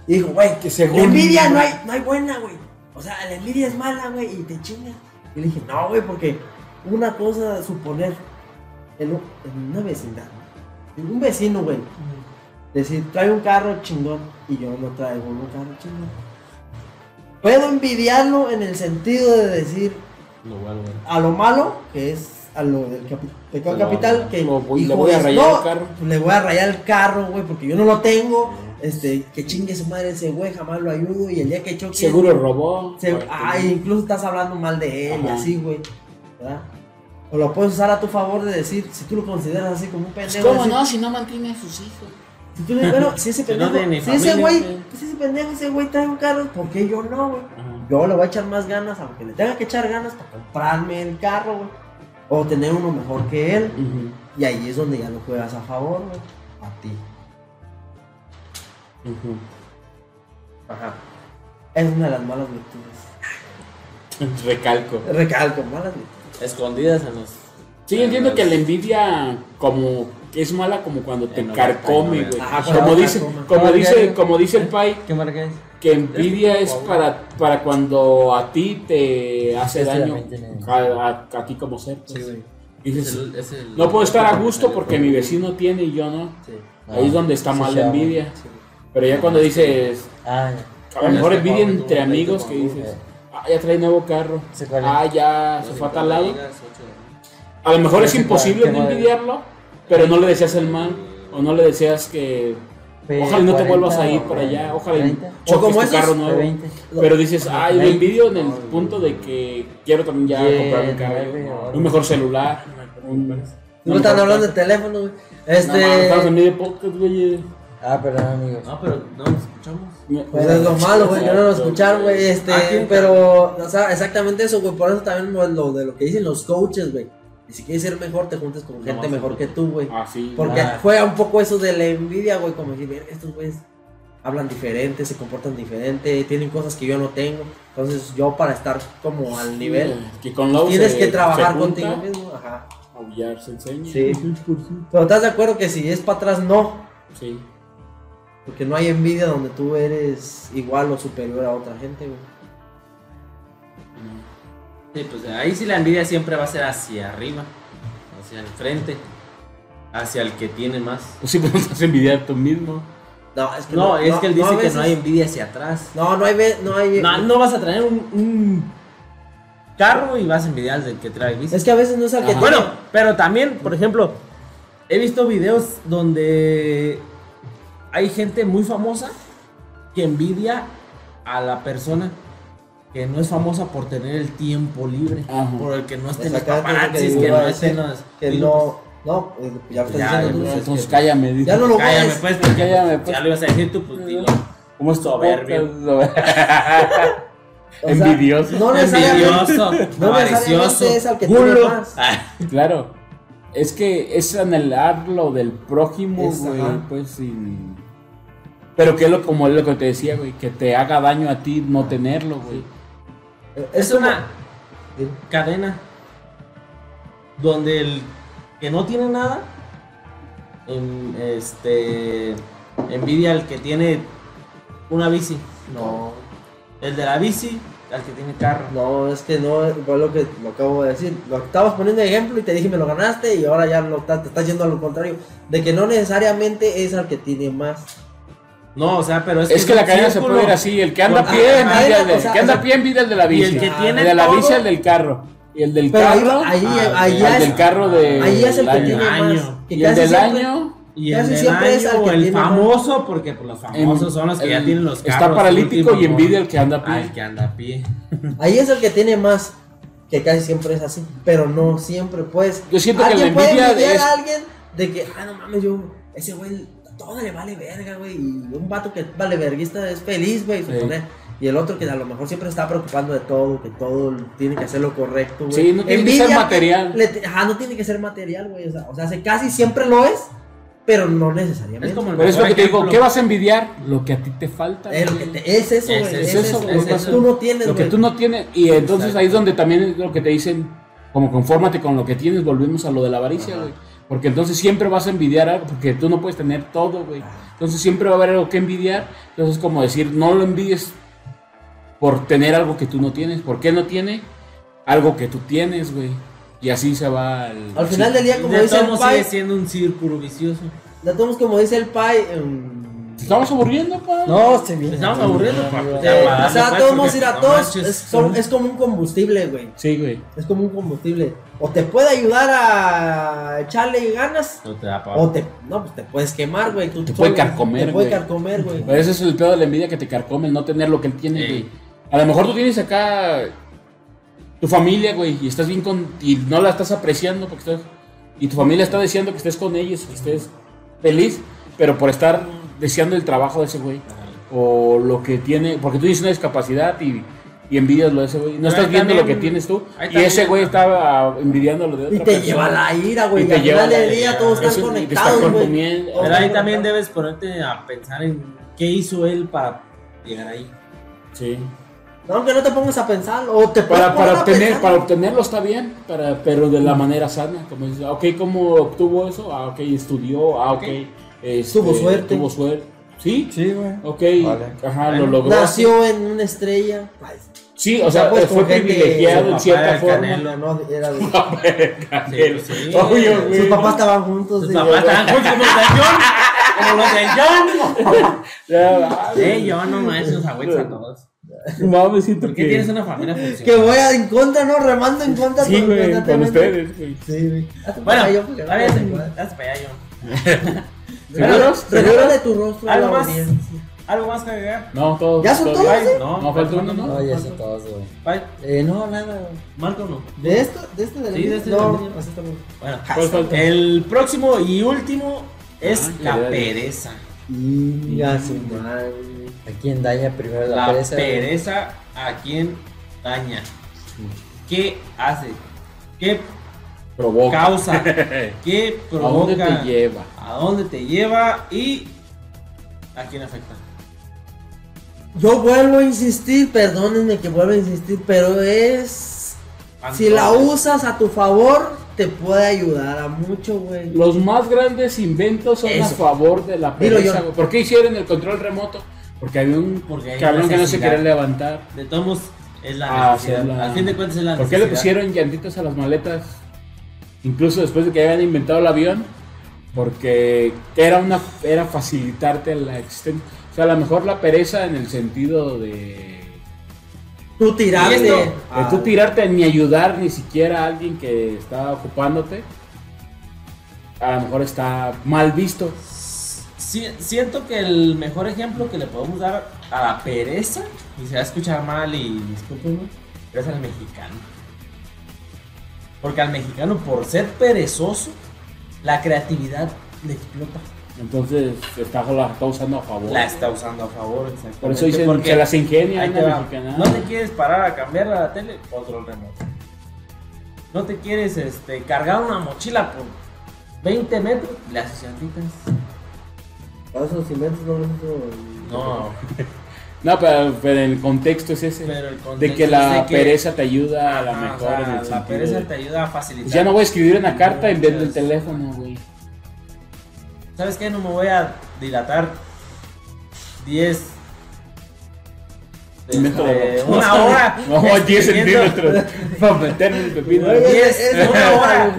Y dijo, güey,
Que según-
la envidia no hay, no hay buena, güey. O sea, la envidia es mala, güey, y te chingas. Y le dije, no, güey, porque una cosa, suponer, en, un- en una vecindad, en un vecino, güey, decir, trae un carro chingón y yo no traigo un carro chingón. Puedo envidiarlo en el sentido de decir
Lo vuelvo.
a lo malo, que es a lo del capi- pecado
Lo
capital,
malo.
que
Lo voy- pues, le
hijo,
voy a
es,
rayar
"No, pues,
el carro".
le voy a rayar el carro, güey, porque yo no lo tengo. Este, que chingue su madre ese güey, jamás lo ayudo y el día que choque
Seguro robó. pues,
se-
güey,
ay, incluso estás hablando mal de él y
Ajá.
así, güey. ¿verdad? O lo puedes usar a tu favor de decir, si tú lo consideras así como un
Pues,
pendejo.
¿Cómo
decir,
no? Si no mantiene a sus hijos.
Si tú le bueno, si ese
Si no
pendejo,
tiene ni
si ese
familia,
güey,
güey.
pues, si ese pendejo, ese güey trae un carro, ¿por qué yo no, güey?
Ajá.
Yo le voy a echar más ganas, aunque le tenga que echar ganas para comprarme el carro, güey. O tener uno mejor que él. Y ahí es donde ya lo juegas a favor, güey. A ti. Ajá. Es una de las malas virtudes.
Recalco.
Recalco, malas virtudes.
Escondidas en los.
Sí, yo entiendo que la envidia como es mala como cuando te
En los
carcome, güey.
carcome.
Ajá,
Como
cuando te
dice,
carcome.
como
Como
dice,
diario.
como dice el pai,
¿Qué marca es?
que envidia es para, para cuando a ti te hace
Sí, sí,
daño,
también tiene-
a, a- a ti como ser. pues.
Sí, güey.
Dices, no puedo estar a gusto porque mi vecino tiene y yo no.
Sí.
Ahí es donde está
Ah, Sí,
mal
sí,
la
güey.
envidia. Pero ya cuando dices,
Ah, ya.
a lo mejor
Este
envidia
Pablo
entre
tuvo un pleito
amigos
con
que
Google.
dices, ah, ya trae nuevo carro,
Sé cuál es.
ah, ya se fue a tal lado.
Ocho,
A lo mejor es
Sí, sí,
imposible
claro,
no
tema de-
envidiarlo, pero no le deseas el mal, o no le deseas que.
P
Ojalá no te
40
vuelvas a ir
o
para allá, ojalá y
30.
O como
choques tu
esos
carro
P
nuevo.
20.
Pero dices, ay, lo
Veinte.
envidio en el punto de que quiero también ya
Diez,
comprar un carro,
nueve,
un mejor celular. un-
No
una
están
mejor
hablando de
casa.
teléfono, güey.
No, mames, estamos en
Este.
medio de podcast, güey.
Ah, perdón, amigos.
No, pero no nos escuchamos.
Me-
Pues es lo malo, güey, yo no lo escucharon, güey, este,
Ah, ¿quién?
pero, o sea, exactamente eso, güey, por eso también lo, lo de lo que dicen los coaches, güey, y si quieres ser mejor, te juntes con gente
más
mejor que tú, güey,
Ah, sí.
Porque
Ah.
juega un poco eso de la envidia, güey, como decir, "Ver, estos güeyes hablan diferente, se comportan diferente, tienen cosas que yo no tengo. Entonces, yo para estar como al nivel,
Que con Lau
Pues tienes
se-
que
se
trabajar
junta,
contigo mismo. Ajá.
Aullar, se enseña.
Sí. Pero estás de acuerdo que si es para atrás, no.
Pues Sí.
Porque no hay envidia donde tú eres igual o superior a otra gente, güey.
Sí, pues ahí sí la envidia siempre va a ser hacia arriba, hacia el frente, hacia el que tiene más.
Pues sí, pero no te hace envidiar tú mismo.
No, es que,
No, es que él dice
a
que
veces-
no hay envidia hacia atrás.
No, no hay. ve- No hay
No, no vas a traer un, un carro y vas a envidiar al del que trae bici.
Es que a veces no es al que
Ajá.
tiene-
Bueno, pero también, por ejemplo, he visto videos donde hay gente muy famosa que envidia a la persona que no es famosa por tener el tiempo libre,
Ajá.
por el que no estén los
Exactamente,
paparazzis,
que
que
iba a
no estén
decir
los...
que
y pues,
no. No, eh, ya lo estás
Ya,
diciendo tú.
pues,
Entonces
que-
cállame, dice.
Ya no lo voy a
Cállame,
decir.
pues, porque
Cállame,
ya
pues.
lo ibas a decir tú, pues dilo.
¿Cómo es tu
Soberbio.
O sea,
Envidioso.
No necesariamente.
Envidioso,
No
avaricioso,
necesariamente este, es al que
culo.
tiene más.
Ah,
Claro. Es que es anhelar lo del prójimo,
Es,
güey,
ajá.
pues sin... Pero que es lo, como es lo que te decía, güey, que te haga daño a ti no tenerlo, güey.
Es una
Dime.
cadena donde el que no tiene nada en- este envidia al que tiene una bici.
No,
El de la bici al que tiene carro.
no, es que no fue lo que lo acabo de decir. Lo estabas poniendo de ejemplo y te dije me lo ganaste y ahora ya lo estás- te estás yendo a lo contrario. De que no necesariamente es al que tiene más.
No, o sea, pero es,
Es, que, la
un
cadena se
círculo.
puede ir así, el que anda a
Ajá,
pie,
ajá,
envidia
o
el de-
sea,
que anda
o
a pie, envidia el de la
Y
bici.
el que
Ah,
tiene
El de la
todo,
bici, el del carro. Y el del
Pero ahí,
carro,
ahí,
ah,
ahí
el
ya
el
es,
del carro de...
ahí ya es el que
del
tiene
año.
más. Que
Y el
casi
del
siempre-
año...
Y el
Casi
del
siempre es
año,
al que
el
tiene más.
famoso, porque pues, los
em,
famosos son los que ya
el-
tienen los carros.
Está paralítico
últimos,
y envidia el que anda a pie.
al que anda a pie.
Mm.
Ahí es el que tiene más. Que casi siempre es así. Pero no siempre, pues.
Yo siento que
Alguien
la
puede
envidia
envidiar
es-
a alguien de que, ah, no mames, yo, ese güey, todo le vale verga, güey. Y un vato que vale verguista es feliz, güey,
Sí.
suponer. Y el otro que a lo mejor siempre está preocupando de todo, que todo tiene que hacer lo correcto, güey.
Sí, no tiene que ser
Envidia,
material.
le te- ajá, no tiene que ser material, güey. O sea, o sea, se- casi siempre lo es, pero no
Es
necesariamente.
como el
Por eso
mejor
que te digo,
ejemplo.
¿qué vas a envidiar? Lo que a ti te falta.
Es, Eh, lo que
güey.
te- es eso, güey,
Es eso,
es
es
eso,
eso,
güey,
es
lo que
eso.
tú no tienes,
Lo que
güey.
tú no tienes. Y entonces
Exacto.
ahí es donde también es lo que te dicen, como confórmate con lo que tienes, volvemos a lo de la avaricia, güey. Porque entonces siempre vas a envidiar algo, porque tú no puedes tener todo, güey. Entonces siempre va a haber algo que envidiar. Entonces es como decir, no lo envidies por tener algo que tú no tienes. ¿Por qué no tiene? Algo que tú tienes, güey. Y así se va el-
Al final del día, como
De
dice
todos
el
modos sigue
Pai,
siendo un círculo vicioso.
la tomamos como dice el Pai. em,
Te Estamos aburriendo, pa.
No, se viene.
Estamos aburriendo, papá.
eh, o sea,
Pues,
todos vamos a
porque
ir a
no
todos.
manches,
Es,
son-
son- es como un combustible, güey.
Sí, güey.
Es como un combustible. O te puede ayudar a echarle ganas.
No te da pa-
O te. No, pues te puedes quemar, güey. Tú
Te
solo,
puede carcomer,
Te puede
güey.
carcomer, güey.
Pero ese es el pedo de la envidia que te carcome, el no tener lo que él tiene,
Ey.
güey. A lo mejor tú tienes acá tu familia, güey, y estás bien con. y no la estás apreciando porque estás. y tu familia está deseando que estés con ellos, que estés feliz, pero por estar deseando el trabajo de ese güey. O lo que tiene. porque tú tienes una discapacidad y. y envidias lo de ese güey. No
Pero
estás
ahí
viendo lo que
también-
tienes tú.
ahí
Y ese
también-
güey estaba envidiando lo de otra
Y te
persona.
lleva la ira, güey.
Y
Y
te
al
lleva
final
la
del
ira.
día todos
Eso,
están
y te está
conectados, güey. Oh.
consumiendo.
Todos
Pero
están
ahí también
conectados.
debes ponerte a pensar en qué hizo él para llegar ahí.
Sí.
No, aunque no te pongas a pensar. O te
Para,
pongas
para,
a
obtener,
pensar.
para obtenerlo está bien, para, pero de la manera sana. Como dices, ah, ok, ¿cómo obtuvo eso? Ah, ok, estudió, ah, ok. este,
Tuvo suerte.
Tuvo suerte. Sí,
Sí, güey.
ok,
Vale.
ajá,
Bueno,
lo logró.
Nació en una estrella. Ay,
Sí, o sea,
Ya, pues,
fue
con gente-
privilegiado
Su
en
papá
cierta
era
forma.
Canelo.
no, no, era de-
Canelo.
Sí, sí.
Obvio, güey.
Sus papás estaban juntos.
Sus
sí,
papás
güey.
estaban juntos como los de John. Como los de John.
Ya, vale.
Eh, John, no manches, los agüetes a todos.
No Mames, siento
¿Por
que.
qué tienes una familia funcional?
Que voy a en contra, ¿no? Remando en contra.
Sí,
todo-
güey, con
constantemente.
ustedes, güey.
Sí, güey. Hazte para
Bueno,
allá, porque no
ahora
me
ya
acuerdo.
se- hazte para allá, John.
¿Seguros?
Regálale tu rostro a la
¿Algo más?
audiencia.
¿Algo más que agregar?
No, todos.
¿Ya son todos,
bien.
eh?
No,
No, falta uno, ¿no?
No, ya son todos, güey.
Bye.
Eh, no, nada, güey.
Marco no.
¿De esto? ¿De este de la
Sí, de este de la
No,
línea.
así está bien.
Bueno,
¿Cuál Pues falta?
el próximo y último es
Ah,
la
caray.
pereza.
Inga su madre.
¿A quién daña primero la,
La
pereza? güey?
pereza a quien daña.
Mm.
¿Qué hace? ¿Qué
Provoca. Eh,
causa? ¿Qué
¿A dónde
provoca?
te lleva?
¿A dónde te lleva? ¿Y a quién afecta?
Yo vuelvo a insistir, perdónenme que vuelvo a insistir, pero es. Si la
Antonio.
usas a tu favor, te puede ayudar a mucho, güey.
Los más grandes inventos son a
Eso.
favor de la
Dilo
pereza.
yo.
güey. ¿Por qué hicieron el control remoto? Porque había un
Porque hay
cabrón que no se
necesidad.
quería levantar.
De todos modos, es la
Ah,
necesidad.
sí, es la-
Al fin de cuentas es la
¿Por qué le
necesidad.
pusieron llantitas a las maletas? Incluso después de que habían inventado el avión. Porque era una era facilitarte la existencia. O sea, a lo mejor la pereza en el sentido de.
Tú Ah,
¿Y esto?
tiraste.
de Eh,
Ah.
tú tirarte ni ayudar ni siquiera a alguien que está ocupándote. A lo mejor está mal visto.
Si- siento que el mejor ejemplo que le podemos dar a la pereza, y se va a escuchar mal y discúlpenme, pero es al mexicano. Porque al mexicano, por ser perezoso, la creatividad le explota.
Entonces está, la está usando a favor.
La está usando a favor, exactamente.
Por eso dicen
Porque
que las ingenia
ahí
en
te va.
la mexicana.
No te quieres parar a cambiar la tele, otro remoto. No te quieres este, cargar una mochila por 20 metros, las llantitas.
Esos inventos no los hizo.
No,
No, pero, pero el contexto es ese.
pero el
de
contexto
que
es
la
de que-
pereza te ayuda a la
Ajá,
mejor
Ah, o sea,
en el
la
sentido
pereza
de-
te ayuda a
Pues
facilitar.
Ya no voy a escribir una carta en vez del
Muchas.
teléfono, güey.
¿Sabes qué? No me voy a dilatar 10.
Invento de
este,
robots.
una hora.
No, 10
escribiendo-
centímetros para meterme el pepino.
Oye,
diez,
Es-
una
es-
hora.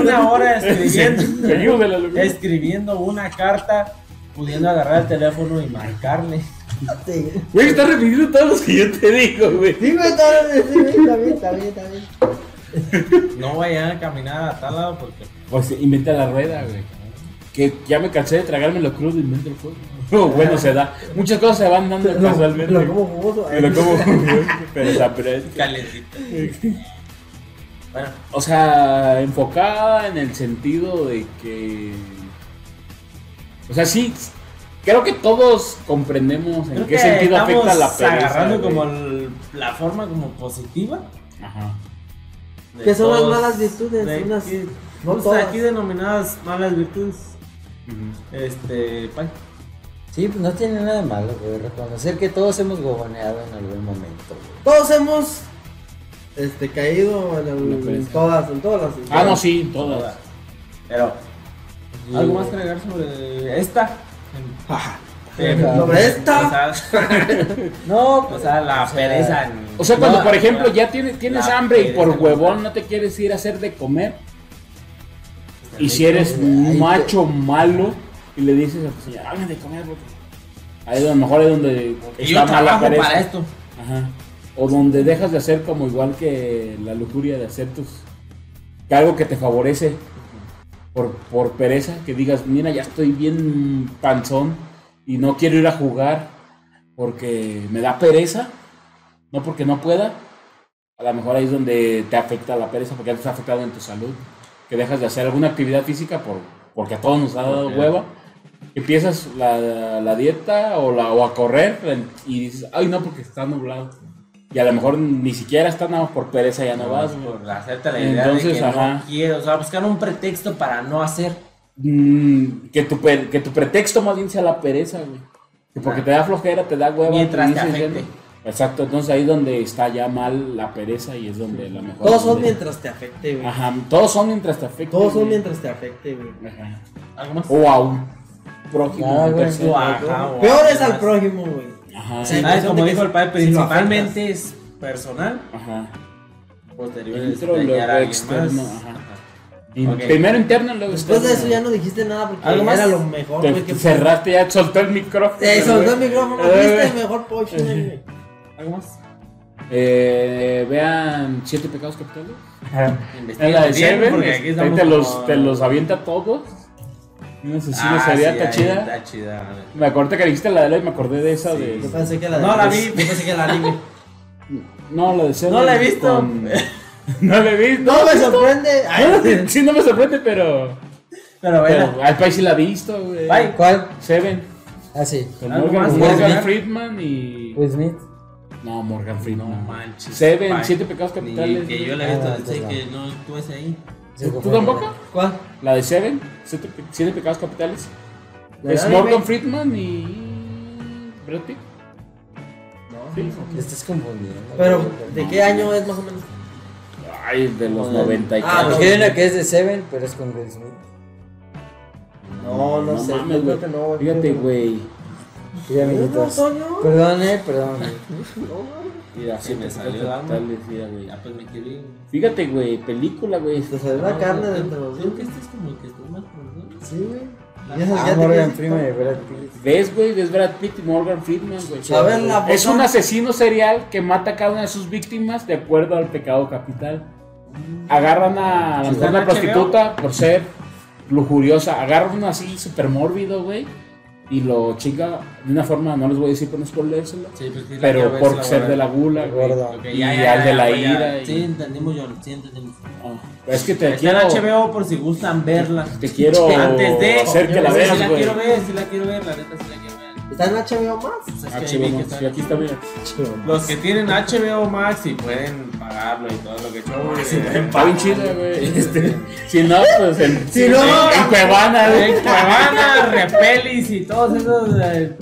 Una hora
Que
escribiendo. Este-
ayude la locura.
escribiendo una carta, pudiendo agarrar el teléfono y marcarle.
Sí,
Güey, estás repitiendo todos los que yo te digo, güey.
güey, está bien, sí, güey, está bien, está bien, está bien.
No vaya a caminar a tal lado porque.
Pues inventa la rueda, güey. Que ya me cansé de tragarme lo crudo, inventa el juego. No, bueno, se da. Muchas cosas se van dando casualmente.
Lo como jugoso.
Me lo como, güey, pero está fresca.
Calentito. Bueno,
O sea, enfocada en el sentido de que. O sea, sí, creo que todos comprendemos en
creo
qué
que
sentido afecta la
estamos
pereza.
agarrando
güey.
como el- la forma como positiva.
Ajá.
de
Que son las
todos-
malas virtudes,
de-
unas-
que-
no
pues,
todas.
aquí denominadas malas virtudes. Este, pay.
Sí, pues no tiene nada de malo, güey. Reconocer que todos hemos gogoneado en algún momento, güey.
Todos hemos este, caído en, el-
Una pereza.
todas, en todas las.
Ah, no, sí, todas.
Pero,
Y-
¿algo más que agregar sobre esta? Em,
Ajá.
Sobre esta.
O sea,
No,
o
pues,
sea, la
o sea,
pereza.
O sea, cuando
No,
por ejemplo ya tienes, tienes
la
hambre y
pereza
por
no
huevón
está.
no te quieres ir a hacer de comer, y
rico,
si eres
güey, ahí te-
macho malo y le dices a tu señora, hágame de comer, porque ahí a lo mejor es donde
Y yo trabajo para esto.
Ajá. O donde dejas de hacer como igual que la lujuria de hacer tus... que algo que te favorece por, por pereza, que digas, mira, ya estoy bien panzón y no quiero ir a jugar porque me da pereza, no porque no pueda. A lo mejor ahí es donde te afecta la pereza porque ya te está afectado en tu salud. Que dejas de hacer alguna actividad física por, porque a todos nos ha dado
Ok.
hueva. Empiezas la, la dieta o, la, o a correr y dices, ay no, porque está nublado. Y a lo mejor ni siquiera está nada más por pereza,
Ah.
ya no, vas. güey.
por hacerte la idea de
Entonces,
que
ajá.
no quiero. O sea, buscar un pretexto para no hacer.
Mm, que, tu, per- que tu pretexto más bien sea la pereza, güey. Que porque
Ah.
te da flojera, te da hueva.
Mientras te
dices,
afecte.
"Ya no". Exacto, entonces ahí es donde está ya mal la pereza y es donde la mejor.
Todos son
donde-
mientras te afecte, güey.
Ajá, todos son mientras te afecta.
Todos son
güey.
mientras te afecte, güey.
Ajá.
Algo más.
O a un prójimo.
Ah,
un
güey,
tercero.
Ajá, o
Peor es
algo
al
más.
prójimo, güey.
Ajá.
Sí.
¿Sabes? Como dijo el padre,
Sí, lo
principalmente es personal.
Ajá.
Posterior es
Dentro,
dañar
luego
a alguien
externo,
más.
ajá.
Ajá.
Y
Ok.
Primero interno, luego
Después de eso ya
externo.
no dijiste nada porque
¿Algo más?
era lo mejor,
Te-
güey. que-
te cerraste, ya soltó el micrófono.
Te soltó el
güey.
micrófono,
Eh,
viste mejor potion, güey.
¿Algo más?
Eh, vean Siete Pecados Capitales.
Investiga
Es la de
bien,
Seven,
porque aquí
este,
estamos
te, los,
como-
te los avienta todos. Una asesina
Ah,
serial,
sí,
está
ahí
chida.
Está chida.
Me acordé que dijiste la de la y me acordé de esa
Sí.
de...
Yo pensé que la
No la vi.
Yo pensé que la vi, güey.
No, la de Seven.
No la he visto.
No la he visto.
No me sorprende. Ay,
Sí, no me sorprende, pero...
Pero bueno.
pero al país sí la ha visto, güey.
Bye.
¿Cuál?
Seven.
Ah, sí. Pues,
Con
¿Algo
Morgan,
más?
Morgan
¿Will
Friedman y...
Will Smith.
No, Morgan Friedman.
Pues- No manches.
Seven,
bye.
Siete Pecados
Ni
Capitales.
que yo la
Ah,
he visto,
entonces
sé
no.
que no estuve ahí.
Sí,
¿Tú
fue-
tampoco?
¿Cuál?
La de Seven, Siete, Pe- Siete Pecados Capitales.
¿La
Es
de
Morgan
anime?
Friedman y... Brad Pitt. Sí,
Te estás confundiendo.
Pero,
güey.
¿de qué año es más o menos?
Ay, de los 90 y
Ah,
Ah,
no.
porque hay una que es de Seven, pero es con Will Smith.
No, no, sé. yo
mames,
creo que
güey.
no, güey.
Fíjate, güey.
Sí, amiguitos.
Pues, No, no, no.
Perdón, eh, perdón.
Mira,
Sí, me
siete
salió
pecados
dando.
capitales, mira, güey.
Ya pues me quiero ir.
Fíjate, güey, película, güey.
Te salió la carne de entre los
Creo que
dientes.
este es como el que está más profundo.
Sí, güey. Y esas
Ah,
ya te
Morgan
quedas-
Freeman de Brad Pitt.
¿Ves, güey? ¿Ves Brad Pitt y Morgan Friedman, güey?
A ver, la
Es
botón-
un asesino serial que mata a cada una de sus víctimas de acuerdo al pecado capital. Agarran a, a lo mejor
¿Está en
una
HBO?
prostituta por ser lujuriosa. Agarran uno así súper mórbido, güey. Y lo chinga de una forma, no les voy a decir con spoilersela.
Sí, pues, sí, la quiero
Pero
ver,
por
sí,
ser
la
de la
voy
gula,
Qué
güey.
gorda.
a ver. Ok,
y al de la ira y-
Sí, entendimos, John. Sí, entendimos.
Ah, es que te
Está en
quiero.
HBO por si gustan verla.
Te quiero
Antes de.
hacer que la
Sí,
veas,
Sí, la
güey.
quiero ver, sí, la quiero ver. La neta, sí, la quiero ver.
¿Está en HBO más?
Pues es que
Ah,
ahí vi
chivo,
que
no,
está-
sí, aquí está, mira.
Los que tienen HBO Max y pueden pagarlo y todo lo que yo.
Está bien chida, güey. Este, si no, pues en,
Si no,
en, en Cuevana, güey.
Cuevana, Repelis y todos esos eh,